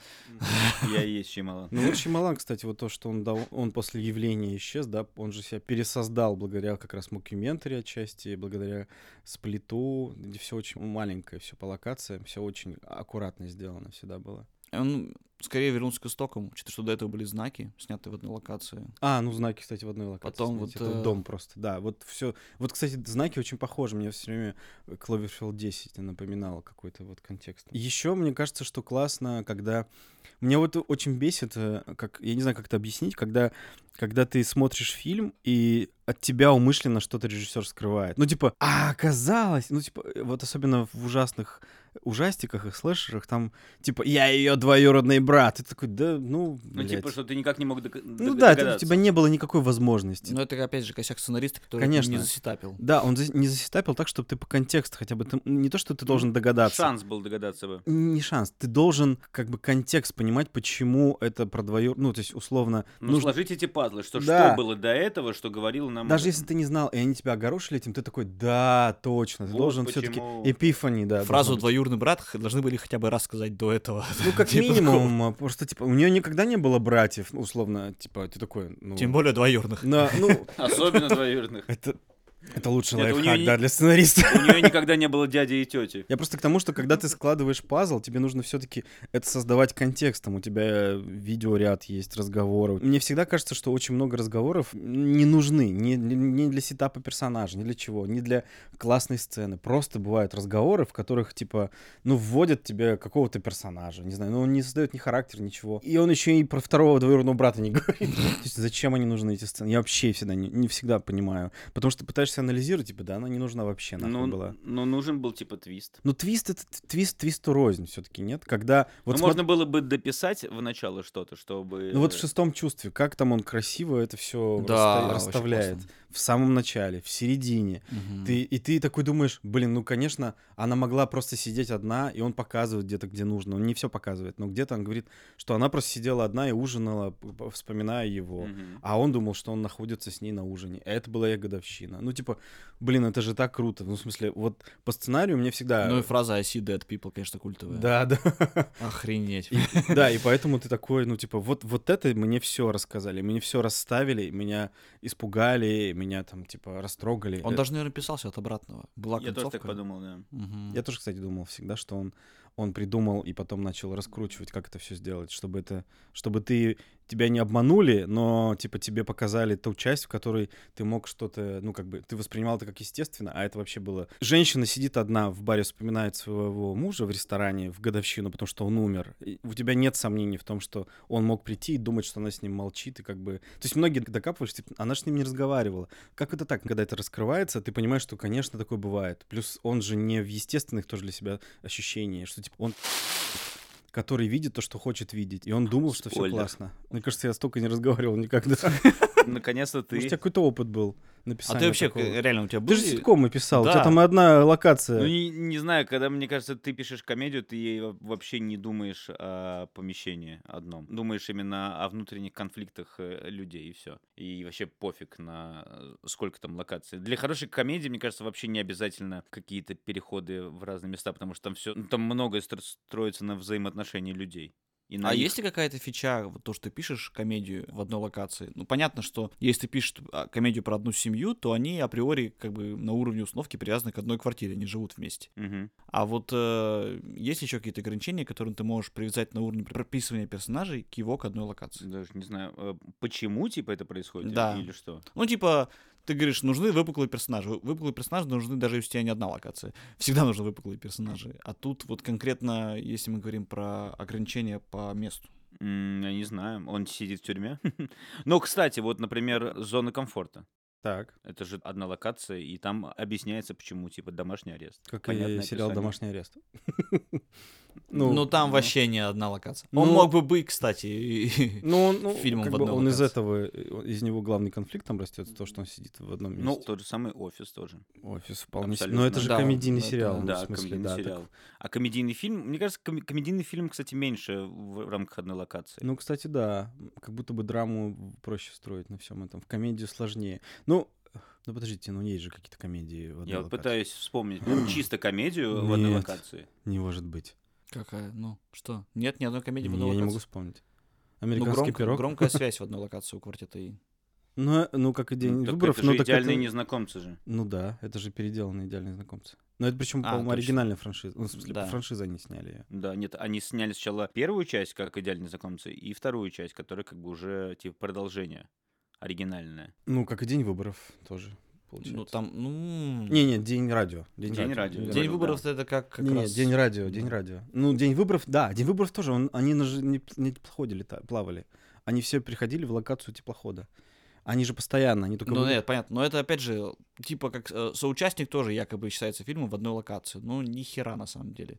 C: Я и есть Шималан.
B: Ну, вот Шималан, кстати, вот то, что он, дал- он после явления исчез, да, он же себя пересоздал благодаря как раз мокюментари отчасти, благодаря сплиту, где все очень маленькое, все по локациям, все очень аккуратно сделано всегда было.
A: Он скорее вернулся к истокам, учитывая, что до этого были знаки, снятые в одной локации.
B: А, ну знаки, кстати, в одной локации.
A: Потом
B: снять.
A: вот,
B: Это
A: э,
B: дом просто, да. Вот все. Вот, кстати, знаки очень похожи. Мне все время Cloverfield 10 напоминало какой-то вот контекст. Еще мне кажется, что классно, когда... Меня вот очень бесит, э, как я не знаю, как это объяснить, когда, когда ты смотришь фильм, и от тебя умышленно что-то режиссер скрывает. Ну, типа, а, оказалось! Ну, типа, э, вот особенно в ужасных ужастиках и слэшерах, там, типа, я ее двоюродный брат. И ты такой, да, ну,
C: Ну, типа,
B: блядь».
C: что ты никак не мог дока-
B: Ну
C: дог-
B: да, ты- у
C: догадаться. Ну
B: тебя не было никакой возможности.
A: Но это, опять же, косяк сценариста, который
B: Конечно.
A: не засетапил.
B: Да, он за- не засетапил так, чтобы ты по контексту хотя бы... ты- ну, не то, что ты должен догадаться.
C: Шанс был догадаться бы.
B: Не шанс. Ты должен как бы контекст понимать, почему это про двоюр- Ну, то есть, условно...
C: Ну,
B: нужно-
C: сложить эти пазлы, что
B: Да.
C: что было до этого, что говорил нам...
B: Даже
C: этот-
B: если ты не знал, и они тебя огорошили этим, ты такой, да, точно, ты
C: Вот
B: должен все-таки
C: почему.
B: эпифани, да.
A: Фразу
B: должна быть.
A: «двоюродный брат» х- должны были хотя бы раз сказать до этого.
B: Ну, как
A: Типа
B: минимум, а, просто, типа, у нее никогда не было братьев, условно, типа, ты такой, ну...
A: Тем более двоюродных.
B: на- ну,
C: Особенно двоюродных.
B: это, это лучший
C: Это у неё
B: лайфхак,
C: не-
B: да, для сценариста.
C: У нее никогда не было дяди и тети.
B: Я просто к тому, что когда ты складываешь пазл, тебе нужно все-таки это создавать контекстом. У тебя э, видеоряд есть, разговоры. Мне всегда кажется, что очень много разговоров не нужны. Не, не- не для сетапа персонажа, ни для чего, не для классной сцены. Просто бывают разговоры, в которых, типа, ну, вводят тебе какого-то персонажа, не знаю, но он не создает ни характер, ничего. И он еще и про второго двоюродного брата не говорит. То есть зачем они нужны, эти сцены? Я вообще всегда не, не всегда понимаю. Потому что пытаешься анализировать, типа, да, она не нужна вообще, нахуй
C: Ну,
B: была.
C: ну, нужен был типа твист.
B: Ну, твист это т- твист, твисту рознь все-таки, нет? Когда вот
C: ну,
B: смотри-
C: можно было бы дописать в начало что-то, чтобы...
B: ну, вот в шестом чувстве, как там он красиво это все
A: э, Да, очень
B: расставляет.
A: классно.
B: В самом начале, в середине.
A: Мгм.
B: Ты, и ты такой думаешь, блин, ну, конечно, она могла просто сидеть одна, и он показывает где-то, где нужно. Он не все показывает, но где-то он говорит, что она просто сидела одна и ужинала, п- п- вспоминая его.
C: Мгм.
B: А он думал, что он находится с ней на ужине. А Это была ее годовщина. Ну, типа, блин, это же так круто. Ну, в смысле, вот по сценарию мне всегда...
A: Ну и фраза «I see dead people», конечно, культовая.
B: да, да.
A: Охренеть.
B: Да, и поэтому ты такой, ну, типа, вот, вот это мне все рассказали, мне все расставили, меня испугали, меня там, типа, растрогали.
A: Он
B: Э,
A: даже, наверное, писался от обратного. Была
C: Я тоже
A: концовка.
C: так подумал, да.
A: Мгм.
B: Я тоже, кстати, думал всегда, что он, он придумал и потом начал раскручивать, как это все сделать, чтобы это, чтобы ты тебя не обманули, но типа тебе показали ту часть, в которой ты мог что-то, ну как бы ты воспринимал это как естественно, а это вообще было. Женщина сидит одна в баре, вспоминает своего мужа в ресторане в годовщину, потому что он умер. И у тебя нет сомнений в том, что он мог прийти и думать, что она с ним молчит и как бы. То есть многие докапываешься, типа, она же с ним не разговаривала. Как это так, когда это раскрывается, ты понимаешь, что, конечно, такое бывает. Плюс он же не в естественных тоже для себя ощущениях, что типа он который видит то, что хочет видеть. И он думал, что все
C: Спойлер.
B: классно. Мне кажется, я столько не разговаривал никогда.
C: Наконец-то
B: Может, у
C: ты...
B: тебя какой-то опыт был
A: А
B: написания
A: ты вообще,
B: такого?
A: к- реально, у тебя
B: Ты
A: были...
B: же ситкомы писал, у тебя
A: Да.
B: там одна локация.
C: Ну, не, не знаю, когда, мне кажется, ты пишешь комедию, ты ей во- вообще не думаешь о помещении одном. Думаешь именно о внутренних конфликтах э, людей, и все. И вообще пофиг на э, сколько там локаций. Для хорошей комедии, мне кажется, вообще не обязательно какие-то переходы в разные места, потому что там все, там многое стро- строится на взаимоотношении людей. И на
A: А
C: их-
A: есть ли какая-то фича, вот то, что ты пишешь комедию в одной локации? Ну, понятно, что если ты пишешь а, комедию про одну семью, то они априори как бы на уровне установки привязаны к одной квартире, они живут вместе.
C: Мгм.
A: А вот э, есть еще какие-то ограничения, которые ты можешь привязать на уровне прописывания персонажей к его к одной локации?
C: Даже не знаю, э, почему типа это происходит
A: Да.
C: или что.
A: Ну, типа, Ты говоришь, нужны выпуклые персонажи. Вы- Выпуклые персонажи нужны даже если у тебя не одна локация. Всегда нужны выпуклые персонажи. А тут вот конкретно, если мы говорим про ограничения по месту.
C: М, Я не знаю, он сидит в тюрьме. Ну, кстати, вот, например, зона комфорта.
B: Так,
C: Это же одна локация, и там объясняется, почему, типа, домашний арест.
B: как
C: Понятное
B: и сериал
C: описание.
B: «Домашний арест».
A: Ну, там
C: ну.
A: вообще не одна локация. Он
B: Ну.
A: мог бы быть, кстати. и-
B: Ну, он, ну,
A: фильмом
B: как
A: в
B: бы
A: одной
B: он из
A: локации.
B: этого, э, он- из него главный конфликт там растет, то, что он сидит в одном
C: Ну,
B: месте.
C: тот же самый офис тоже.
B: Офис вполне себе.
C: абсолютно.
B: Но это же
A: Да,
B: комедийный
A: да,
B: сериал, ну,
C: Да,
B: в смысле,
C: комедийный
B: да. так-
C: сериал. А комедийный фильм, мне кажется, ком- комедийный фильм, кстати, меньше в в рамках одной локации.
B: Ну, кстати, да, как будто бы драму проще строить на всем этом. В комедию сложнее. Ну, ну подождите, ну есть же какие-то комедии в одной
C: Я вот
B: локации.
C: пытаюсь вспомнить прям чисто комедию в одной
B: Нет.
C: локации.
B: Не может быть.
A: Какая? Ну, что? Нет ни одной комедии в
B: Не,
A: одной
B: я не
A: локации.
B: могу вспомнить.
A: Ну,
B: Американский
A: громко-
B: пирог.
A: громкая связь в одной локации у квартета И.
B: Ну, э, ну, как и день
C: Ну, так
B: выборов.
C: это
B: ну,
C: же
B: так
C: идеальные
B: это-
C: незнакомцы же.
B: Ну да, это же переделанные идеальные знакомцы. Но это причем,
A: А,
B: по-моему,
A: точно.
B: оригинальная франшиза. Ну, в смысле,
A: Да.
B: по франшизе они сняли ее.
C: Да, нет, они сняли сначала первую часть, как идеальные незнакомцы, и вторую часть, которая как бы уже типа продолжение оригинальное.
B: Ну, как и день выборов тоже, получается.
A: Ну, там, ну...
B: Не-не, день радио. День,
C: День радио,
A: День
C: говорю,
A: выборов это как, как
B: Не, не,
A: раз...
B: день радио, день
A: да.
B: радио. Ну, день выборов, да, день выборов тоже. он- они на же- не- неплоходе лета- плавали. Они все приходили в локацию теплохода. Они же постоянно, они только...
A: Ну,
B: вы-
A: нет, понятно. Но это, опять же, типа как э, соучастник тоже якобы считается фильмом в одной локации. Ну, ни хера на самом деле.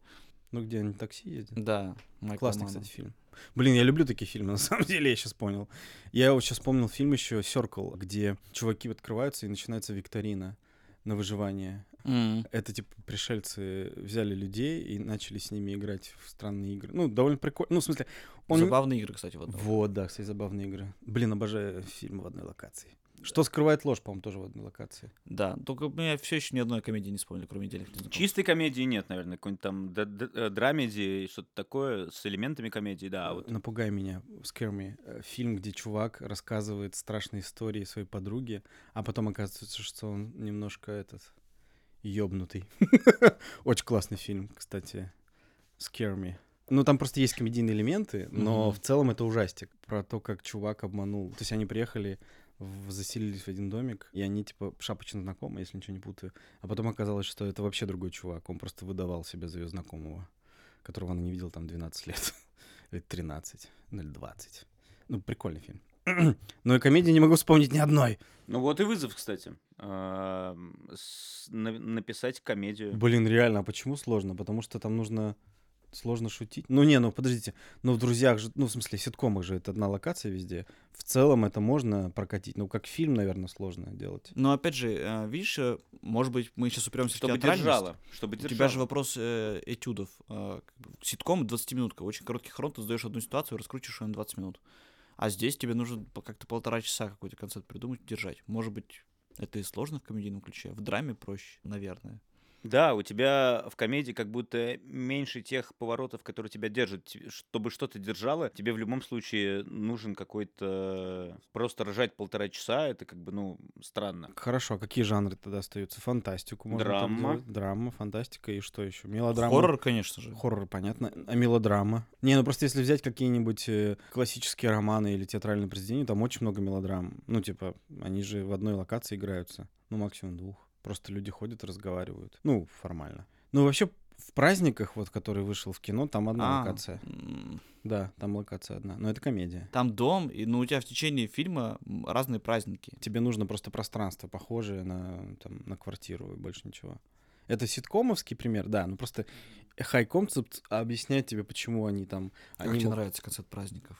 B: Ну, где они на такси ездят.
A: Да, Майкла
B: Классный,
A: Мана.
B: кстати, фильм. Блин, я люблю такие фильмы, на самом деле, я сейчас понял. Я вот сейчас вспомнил фильм еще Circle, где чуваки открываются и начинается викторина на выживание.
A: М.
B: Это типа пришельцы взяли людей и начали с ними играть в странные игры. Ну, довольно прикольно. Ну, в смысле, он
A: Забавные игры, кстати, в одной.
B: Вот, да, кстати, забавные игры. Блин, обожаю фильмы в одной локации. Что скрывает ложь, по-моему, тоже в одной локации.
A: Да, только мы все еще ни одной комедии не вспомнили, кроме денег.
C: Чистой комедии нет, наверное, какой-нибудь там д- д- э, драмеди, что-то такое с элементами комедии, да. а Вот.
B: Напугай меня, scare me. Э, Фильм, где чувак рассказывает страшные истории своей подруге, а потом оказывается, что он немножко этот ёбнутый. Очень классный фильм, кстати. Scare me. Ну, там просто есть комедийные элементы, но
A: Мгм.
B: в целом это ужастик. Про то, как чувак обманул. То есть они приехали, в- заселились в один домик, и они, типа, шапочно знакомы, если ничего не путаю. А потом оказалось, что это вообще другой чувак. Он просто выдавал себя за ее знакомого, которого она не видела там 12 лет. Или 13, ну, или 20. Ну, прикольный фильм. Но и комедии не могу вспомнить ни одной.
C: Ну вот и вызов, кстати. Эм, с- на- написать комедию.
B: Блин, реально, а почему сложно? Потому что там нужно сложно шутить. Ну не, ну подождите, ну в друзьях же, ну в смысле ситкомах же это одна локация везде. В целом это можно прокатить. Ну как фильм, наверное, сложно делать.
A: Но опять же, э, видишь, э, может быть, мы сейчас упремся в
C: Чтобы
A: театральность.
C: держало. Чтобы
A: У
C: держало.
A: тебя же вопрос э, этюдов. Э, как бы ситком 20-минутка. Очень короткий хрон, ты задаешь одну ситуацию и раскручиваешь ее на 20 минут. А здесь тебе нужно по- как-то полтора часа какой-то концепт придумать, держать. Может быть, это и сложно в комедийном ключе. В драме проще, наверное.
C: Да, у тебя в комедии как будто меньше тех поворотов, которые тебя держат. Те- Чтобы что-то держало, тебе в любом случае нужен какой-то... Просто рожать полтора часа, это как бы, ну, странно.
B: Хорошо, а какие жанры тогда остаются? Фантастику можно так
C: Драма.
B: делать? Драма, фантастика и что еще? Мелодрама.
A: Хоррор, конечно же.
B: Хоррор, понятно. А мелодрама? Не, ну просто если взять какие-нибудь э, классические романы или театральные произведения, там очень много мелодрам. Ну, типа, они же в одной локации играются. Ну, максимум двух. Просто люди ходят, разговаривают. Ну, формально. Ну, вообще, в праздниках, вот, который вышел в кино, там одна
A: А,
B: локация.
A: м,
B: Да, там локация одна. Но это комедия.
A: Там дом, и, но у тебя в течение фильма м, разные праздники.
B: Тебе нужно просто пространство, похожее на, там, на квартиру и больше ничего. Это ситкомовский пример, да, ну просто хай-концепт объясняет тебе, почему они там...
A: Как
B: они
A: тебе
B: мог-
A: нравится концепт праздников?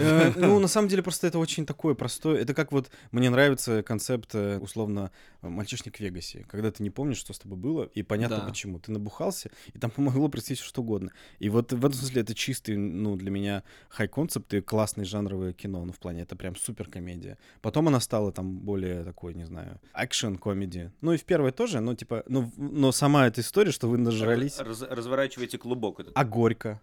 B: Э, Ну, на самом деле, просто это очень такое простое. Это как вот мне нравится концепт, э, условно, э, мальчишник в Вегасе, когда ты не помнишь, что с тобой было, и понятно
A: Да.
B: почему. Ты набухался, и там могло произойти что угодно. И вот в этом смысле это чистый, ну, для меня хай-концепт и классное жанровое кино. Ну, в плане, это прям супер комедия. Потом она стала там более такой, не знаю, экшен-комедия. Ну, и в первой тоже, но типа, ну, в- но сама эта история, что вы нажрались.
C: Раз- разворачивайте клубок этот.
B: А горько.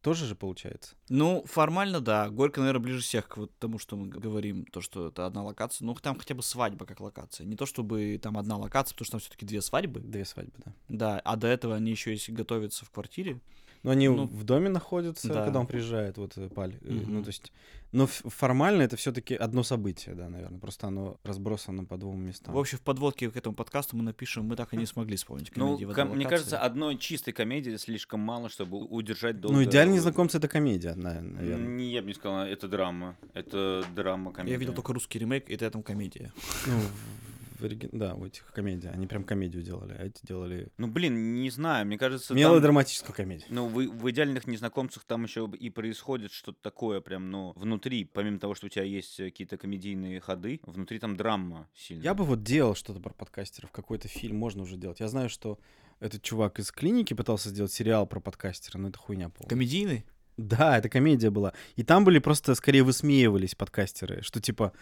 B: Тоже же получается.
A: Ну, формально, да. Горько, наверное, ближе всех к вот тому, что мы г- говорим, то, что это одна локация. Ну, там хотя бы свадьба как локация. Не то, чтобы там одна локация, потому что там все-таки две свадьбы.
B: Две свадьбы, да.
A: Да, а до этого они еще если готовятся в квартире.
B: Но они
A: Ну,
B: в доме находятся,
A: да.
B: когда он приезжает, вот э, Паль. э, Ну,
A: Мгм.
B: то есть. Но ф- формально это все-таки одно событие, да, наверное. Просто оно разбросано по двум местам.
A: В общем, в подводке к этому подкасту мы напишем, мы так и не смогли вспомнить
C: Ну,
A: комедии в
C: ком-
A: одной
C: мне
A: локации.
C: кажется, одной чистой комедии слишком мало, чтобы у- удержать долго.
B: ну, идеальный
A: э,
B: незнакомцы это комедия, на- наверное.
C: Не, я бы не сказал, это драма. Это драма комедия.
A: Я видел только русский ремейк, и на этом комедия.
B: Ну, в- в ориги- Да, у этих комедия. Они прям комедию делали, а эти делали
C: Ну, блин, не знаю, мне кажется... там-
B: мелодраматическую комедию.
C: Ну, вы- в идеальных незнакомцах там еще и происходит что-то такое, прям, ну, внутри, помимо того, что у тебя есть э, какие-то комедийные ходы, внутри там драма сильно.
B: Я бы вот делал что-то про подкастеров, какой-то фильм можно уже делать. Я знаю, что этот чувак из клиники пытался сделать сериал про подкастера, но это хуйня полная.
A: Комедийный?
B: Да, это комедия была. И там были просто скорее высмеивались подкастеры, что типа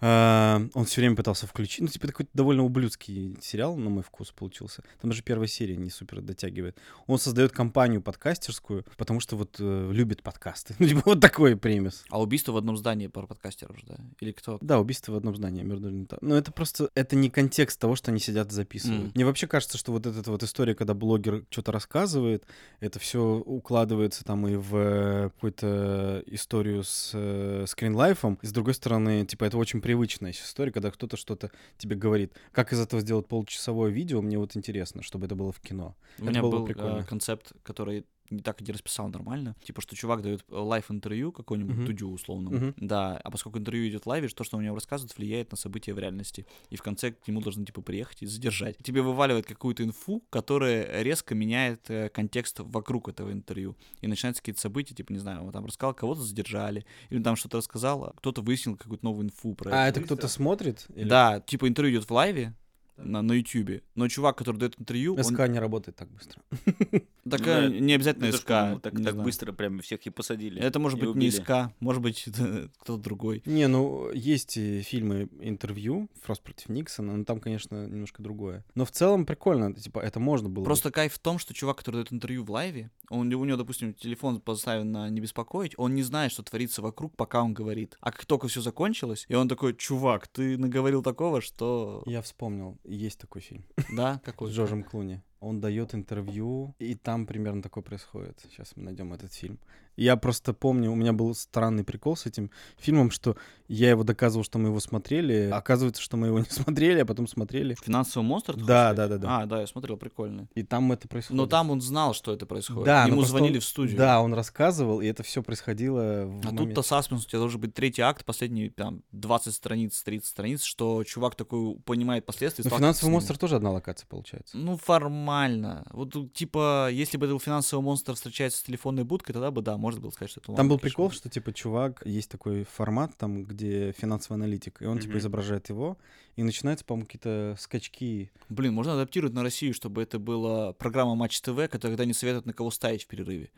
B: э, он все время пытался включить. Ну, типа, такой довольно ублюдский сериал, на мой вкус, получился. Там даже первая серия не супер дотягивает. Он создает компанию подкастерскую, потому что вот э, любит подкасты. Ну, типа, вот такой премис.
A: А убийство в одном здании про подкастеров же, да? Или кто?
B: Да, убийство в одном здании, мёртвый элементар. Но это просто, это не контекст того, что они сидят и записывают.
A: Мгм.
B: Мне вообще кажется, что вот эта вот история, когда блогер что-то рассказывает, это все укладывается там и в э, какую-то историю с э, скринлайфом. И с другой стороны, типа, это очень привычная сейчас история, когда кто-то что-то тебе говорит. Как из этого сделать получасовое видео, мне вот интересно, чтобы это было в кино.
A: У
B: Это
A: меня
B: было
A: был э,
B: прикольно.
A: концепт, который не так и не расписал нормально. Типа, что чувак дает лайв-интервью какой-нибудь
B: Мгм.
A: Дудю условному.
B: Мгм.
A: Да, а поскольку интервью идет в лайве, то, что он мне рассказывает, влияет на события в реальности. И в конце к нему должны, типа, приехать и задержать. Тебе вываливают какую-то инфу, которая резко меняет э, контекст вокруг этого интервью. И начинаются какие-то события, типа, не знаю, он там рассказал, кого-то задержали, или там что-то рассказал, а кто-то выяснил какую-то новую инфу про
B: А
A: этого
B: это кто-то смотрит? Или-
A: Да, типа интервью идет в лайве на, на YouTube, но чувак, который дает интервью, он...
B: СК не работает так быстро.
A: Так
C: Ну да,
A: э, не
C: Ну,
A: обязательно
C: это ж,
A: СК.
C: ну, так,
A: не
C: так
A: знаю.
C: быстро прям всех и посадили.
A: Это может
C: и
A: быть
C: убили.
A: не СК, может быть это кто-то другой.
B: Не, ну есть и фильмы интервью Фрост против Никсона, но там, конечно, немножко другое. Но в целом прикольно, типа это можно было. бы.
A: Просто кайф в том, что чувак, который дает интервью в лайве, он, у него, допустим, телефон поставлен на не беспокоить, он не знает, что творится вокруг, пока он говорит. А как только все закончилось, и он такой, чувак, ты наговорил такого, что...
B: я вспомнил, есть такой фильм
A: Да,
B: с
A: какой?
B: Джорджем Клуни. Он дает интервью, и там примерно такое происходит. Сейчас мы найдем этот фильм. Я просто помню, у меня был странный прикол с этим фильмом, что я его доказывал, что мы его смотрели. Оказывается, что мы его не смотрели, а потом смотрели.
A: Финансовый монстр? ты хочешь
B: Да,
A: сказать?
B: да, да, да.
A: А, да, я смотрел, прикольно.
B: И там это происходит.
A: Но там он знал, что это происходит.
B: Да, но
A: Ему
B: просто
A: звонили
B: он-
A: в студию.
B: Да, он рассказывал, и это все происходило в Ну,
A: А
B: момент.
A: тут-то саспенс, у тебя должен быть третий акт, последние там 20 страниц, 30 страниц, что чувак такой понимает последствия.
B: Но
A: сталкивается с
B: Ну, финансовый
A: ними.
B: монстр тоже одна локация получается.
A: Ну, формально. Вот, тут, типа, если бы этот финансовый монстр встречается с телефонной будкой, тогда бы, да, можно было сказать, что это
B: Там
A: ладно,
B: был
A: конечно.
B: прикол, что типа чувак, есть такой формат там, где финансовый аналитик, и он типа
C: Мгм.
B: изображает его, и начинаются, по-моему, какие-то скачки.
A: Блин, можно адаптировать на Россию, чтобы это была программа Матч ТВ, которая когда не советует на кого ставить в перерыве.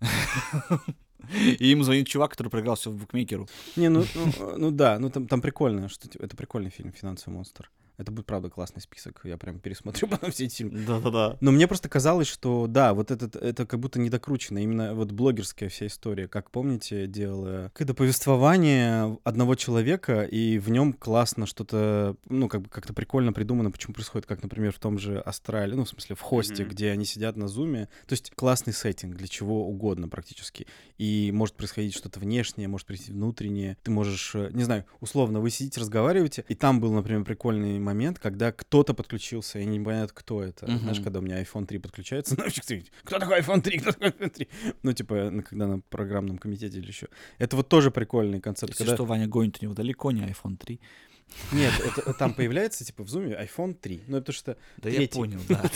A: И им звонит чувак, который проиграл все в букмекеру.
B: Не, ну, ну, ну да, ну там, там прикольно, что типа, это прикольный фильм «Финансовый монстр». Это будет, правда, классный список, я прям пересмотрю потом все эти фильмы.
A: Да-да-да.
B: Но мне просто казалось, что да, вот этот, это как будто недокручено. Именно вот блогерская вся история, как помните, делала какое-то повествование одного человека, и в нем классно что-то, ну, как бы как-то прикольно придумано, почему происходит, как, например, в том же Астрале, ну, в смысле, в хосте,
C: Мгм.
B: где они сидят на зуме. То есть классный сеттинг для чего угодно практически. И может происходить что-то внешнее, может прийти внутреннее. Ты можешь, э, не знаю, условно, вы сидите, разговариваете, и там был, например, прикольный момент, когда кто-то подключился, и непонятно, кто это.
A: Мгм.
B: Знаешь, когда у меня iPhone 3 подключается, ну, нафиг ты, кто такой iPhone 3, кто такой iPhone 3? Ну, типа, на- когда на программном комитете или еще. Это вот тоже прикольный концепт.
A: Если
B: когда-
A: что, Ваня гонит у него далеко, не iPhone 3.
B: Нет, это, там появляется, типа, в зуме iPhone 3. Ну, потому что
A: Да я
B: Третий.
A: понял,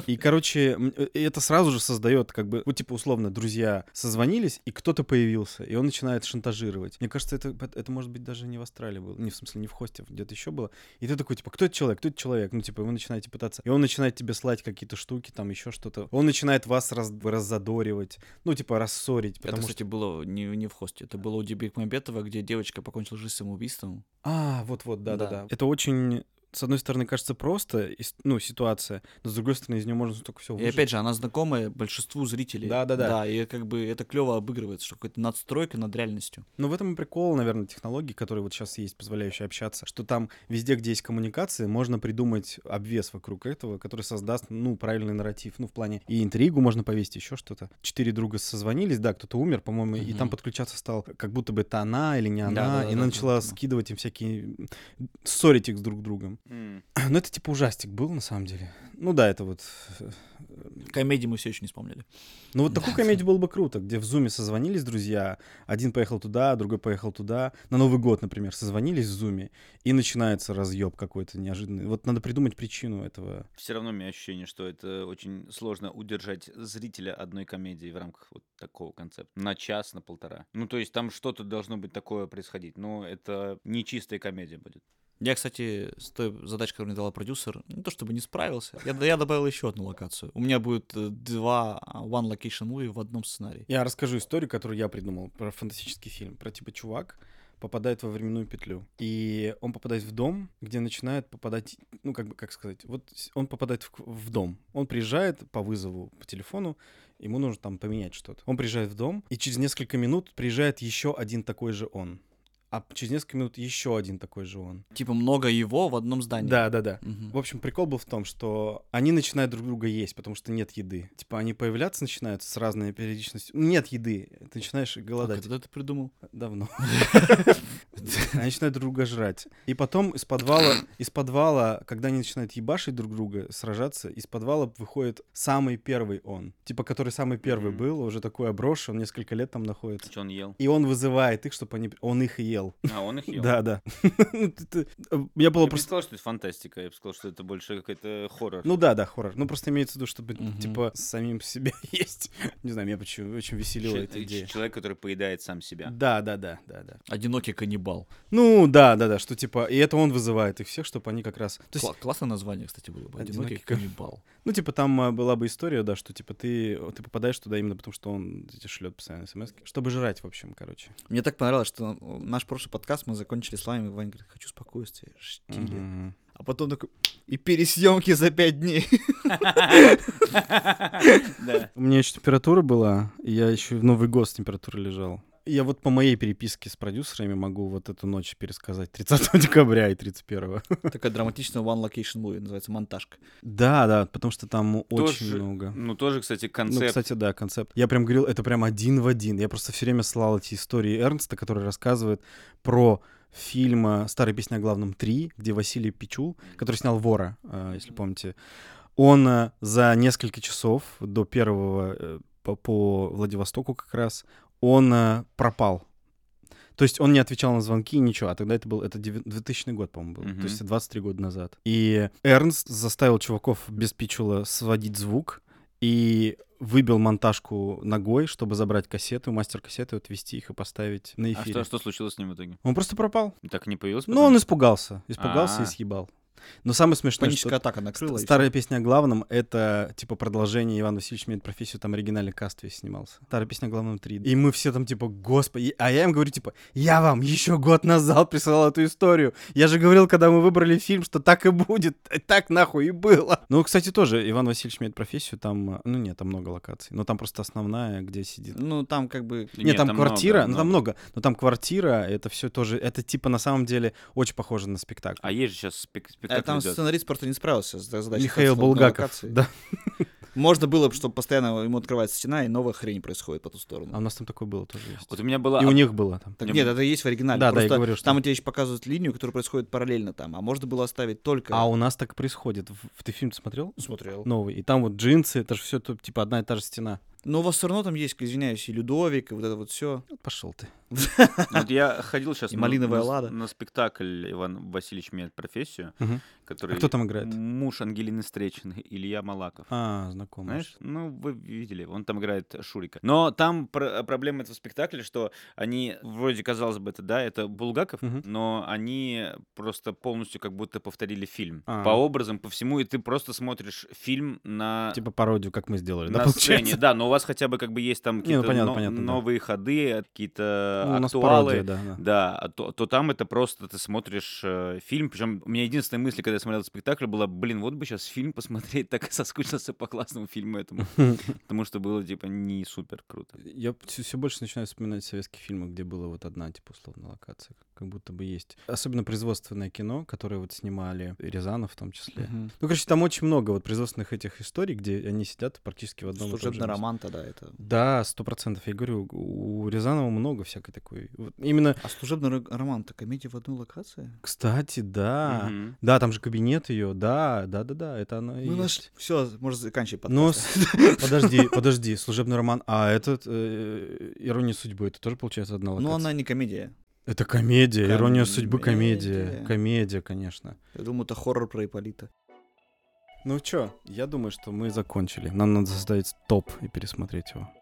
A: да.
B: И, короче, м, э, это сразу же создает, как бы, вот, типа, условно, друзья созвонились, и кто-то появился, и он начинает шантажировать. Мне кажется, это, это может быть, даже не в Австралии было, не в смысле, не в хосте, где-то еще было. И ты такой, типа, кто это человек, кто это человек? Ну, типа, вы начинаете пытаться. И он начинает тебе слать какие-то штуки, там, еще что-то. Он начинает вас раз- раззадоривать, ну, типа, рассорить,
A: Это,
B: потому что... типа,
A: кстати, было не, не в хосте. Это было у Дебик Мамбетова, где девочка покончила жизнь самоубийством.
B: А, вот-вот, да-да-да.
A: Да.
B: Это очень с одной стороны, кажется, просто, и с- ну, ситуация, но с другой стороны, из нее можно столько всего
A: И опять же, она знакомая большинству зрителей.
B: Да-да-да.
A: Да, и как бы это клево обыгрывается, что какая-то надстройка над реальностью.
B: Но Ну, в этом и прикол, наверное, технологий, которые вот сейчас есть, позволяющие общаться, что там везде, где есть коммуникации, можно придумать обвес вокруг этого, который создаст, ну, правильный нарратив, ну, в плане и интригу можно повесить, еще что-то. Четыре друга созвонились, да, кто-то умер, по-моему, и
A: Мгм.
B: там подключаться стал, как будто бы это она или не она,
A: Да-да-да,
B: и
A: да,
B: она начала
A: да.
B: скидывать им всякие... ссорить их с друг другом. Ну, это типа ужастик был, на самом деле. Ну да, это вот... э,
A: Комедии мы все еще не вспомнили.
B: ну вот такую
A: Да.
B: комедию было бы круто, где в зуме созвонились друзья, один поехал туда, другой поехал туда, на Новый год, например, созвонились в зуме, и начинается разъеб какой-то неожиданный. Вот надо придумать причину этого.
C: Все равно у меня ощущение, что это очень сложно удержать зрителя одной комедии в рамках вот такого концепта. На час, на полтора. Ну, то есть там что-то должно быть такое происходить. Но это не чистая комедия будет.
A: Я, кстати, с той задачей, которую мне дала продюсер, ну, не то чтобы не справился, я, я добавил еще одну локацию. У меня будет э, два а, one location movie в одном сценарии.
B: Я расскажу историю, которую я придумал про фантастический фильм, про типа чувак попадает во временную петлю. И он попадает в дом, где начинает попадать, ну, как бы, как сказать, вот с- он попадает в, к- в дом. Он приезжает по вызову по телефону, ему нужно там поменять что-то. Он приезжает в дом, и через несколько минут приезжает еще один такой же он. А через несколько минут еще один такой же он.
A: Типа много его в одном здании.
B: Да, да, да.
A: Мгм.
B: В общем, прикол был в том, что они начинают друг друга есть, потому что нет еды. Типа они появляться начинают с разной периодичностью. Ну, Нет еды, ты начинаешь
A: А
B: голодать.
A: когда ты придумал?
B: Давно. Они начинают друг друга жрать. И потом из подвала, из подвала, когда они начинают ебашить друг друга, сражаться, из подвала выходит самый первый он. Типа, который самый первый
C: Мгм.
B: был, уже такой обросший, он несколько лет там находится.
C: Что он ел?
B: И он вызывает их, чтобы они... Он их и ел.
C: А, он их ел.
B: Да, да. Ну, ты- ты- Я
C: Я
B: было
C: бы не
B: просто...
C: сказал, что это фантастика, я бы сказал, что это больше какой-то хоррор.
B: Ну да, да, хоррор. Ну просто имеется в виду, чтобы
A: Мгм.
B: типа самим себе есть. Не знаю, меня почему очень веселила
C: Че-
B: эта идея.
C: Человек, который поедает сам себя.
B: Да, да, да, да, да.
A: Одинокий каннибал.
B: Ну да, да, да, что типа и это он вызывает их всех, чтобы они как раз. То есть,
A: Кла- классное название, кстати, было бы. Одинокий,
B: Одинокий
A: каннибал.
B: ну типа там а, была бы история, да, что типа ты ты попадаешь туда именно потому, что он тебе шлет постоянно смс, чтобы жрать, в общем, короче.
A: Мне так понравилось, что наш прошлый подкаст мы закончили с вами, и Ваня говорит, хочу спокойствия, штиля.
B: Мгм.
A: А потом такой, и пересъемки за пять дней.
C: Да.
B: У меня еще температура была, и я еще в Новый год с температурой лежал. Я вот по моей переписке с продюсерами могу вот эту ночь пересказать 30 декабря и 31.
A: Такая драматичная one location movie, называется «Монтажка».
B: Да, да, потому что там очень
C: Тоже-
B: много.
C: Ну, тоже, кстати,
B: Ну,
C: концепт.
B: кстати, да, концепт. Я прям говорил, это прям один в один. Я просто все время слал эти истории Эрнста, который рассказывает про фильм э, «Старая песня о главном 3», где Василий Пичул, который снял «Вора», э, если помните, он э, за несколько часов до первого э, по, по Владивостоку как раз, он э, пропал. То есть он не отвечал на звонки, ничего. А тогда это был это девя- 2000 год, по-моему, был.
C: Мгм.
B: То есть 23 года назад. И Эрнст заставил чуваков без Пичула сводить звук и выбил монтажку ногой, чтобы забрать кассеты, мастер-кассеты, отвезти их и поставить на
C: А
B: эфире.
C: что, что случилось с ним в итоге?
B: Он просто пропал.
C: Так и не появился?
B: Ну, он испугался. Испугался
C: А.
B: и съебал. Но самое смешное, что...
A: Паническая атака накрыла. и
B: Старая песня о главном — это, типа, продолжение «Иван Васильевич меняет профессию», там оригинальный каст весь снимался. Старая песня о главном 3. И мы все там, типа, господи... А я им говорю, типа, я вам еще год назад присылал эту историю. Я же говорил, когда мы выбрали фильм, что так и будет. Э, Так нахуй и было. Ну, кстати, тоже «Иван Васильевич меняет профессию», там... э, Ну, нет, там много локаций. Но там просто основная, где
A: всё.
B: сидит...
A: Ну, там как бы...
C: Да
B: Нет, там, квартира, ну там много, но там квартира, это все тоже, это типа на самом деле очень похоже на спектакль.
C: А есть же сейчас спек-
A: э,
C: спектакль
A: там
C: идет.
A: сценарист просто не справился с задачей.
B: Михаил
A: Хэтфилда на
B: Булгаков,
A: локации.
B: да.
A: Можно было бы, чтобы постоянно ему открывается стена, и новая хрень происходит по ту
B: А у
A: сторону.
B: нас там такое было тоже есть.
C: Вот у меня была...
B: И у
C: об-
B: них было там.
A: Так
C: Не
A: нет,
C: было.
A: это и есть в оригинале.
B: Да, да, я
A: Просто
B: говорю, что-
A: Там тебе еще показывают линию, которая происходит параллельно там, а можно было оставить только...
B: А у нас так и происходит. В- в- Ты фильм смотрел?
A: Смотрел.
B: Новый. И там вот джинсы, это же все типа одна и та же стена.
A: Но у вас все равно там есть, извиняюсь, и Людовик, и вот это вот все.
B: Пошел ты.
C: Вот я ходил сейчас
A: И «Малиновая
C: на,
A: лада».
C: на спектакль «Иван Васильевич меняет профессию»,
B: Мгм.
C: который...
B: А кто там играет?
C: Муж Ангелины Стречиной, Илья Малаков.
B: А, знакомый.
C: Знаешь, ну вы видели, он там играет Шурика. Но там пр- проблема этого спектакля, что они, вроде казалось бы, это да, это Булгаков,
B: Мгм.
C: но они просто полностью как будто повторили фильм.
B: А.
C: По образам, по всему, и ты просто смотришь фильм на...
B: Типа пародию, как мы сделали, да,
C: а на
B: получается?
C: сцене, да, но вас хотя бы как бы есть там
B: Не, ну,
C: какие-то
B: понятно,
C: но-
B: понятно, да.
C: новые ходы, какие-то
B: Ну, у нас пародия,
C: актуалы.
B: да, да.
C: Да, а то, то там это просто ты смотришь э, фильм. Причем у меня единственная мысль, когда я смотрел этот спектакль, была, блин, вот бы сейчас фильм посмотреть, так и соскучился по классному фильму этому. Потому что было, типа, не супер круто.
B: Я все больше начинаю вспоминать советские фильмы, где была вот одна, типа, условно, локация. Как будто бы есть. Особенно производственное кино, которое вот снимали Рязанов в том числе.
A: Мгм.
B: Ну, короче, там очень много вот производственных этих историй, где они сидят практически в одном и том же
A: Служебный
B: месте.
A: роман тогда это.
B: Да, сто процентов. Я говорю, у у Рязанова много всякой такой. Вот именно,
A: А служебный ро- роман-то комедия в одной локации?
B: кстати, да.
C: Мгм.
B: Да, там же кабинет ее, да, да, да, да, это она и
A: Ну,
B: есть.
A: наш... Все, можно заканчивать
B: Но
A: подкаст.
B: с- подожди, подожди, служебный роман, а этот э, ирония судьбы, это тоже получается одна локация.
A: Но Ну, она не комедия.
B: Это комедия, ирония судьбы,
A: Комедия.
B: комедия, комедия, конечно.
A: Я думаю, это хоррор про Ипполита.
B: Ну чё, я думаю, что мы закончили. Нам надо составить топ и пересмотреть его.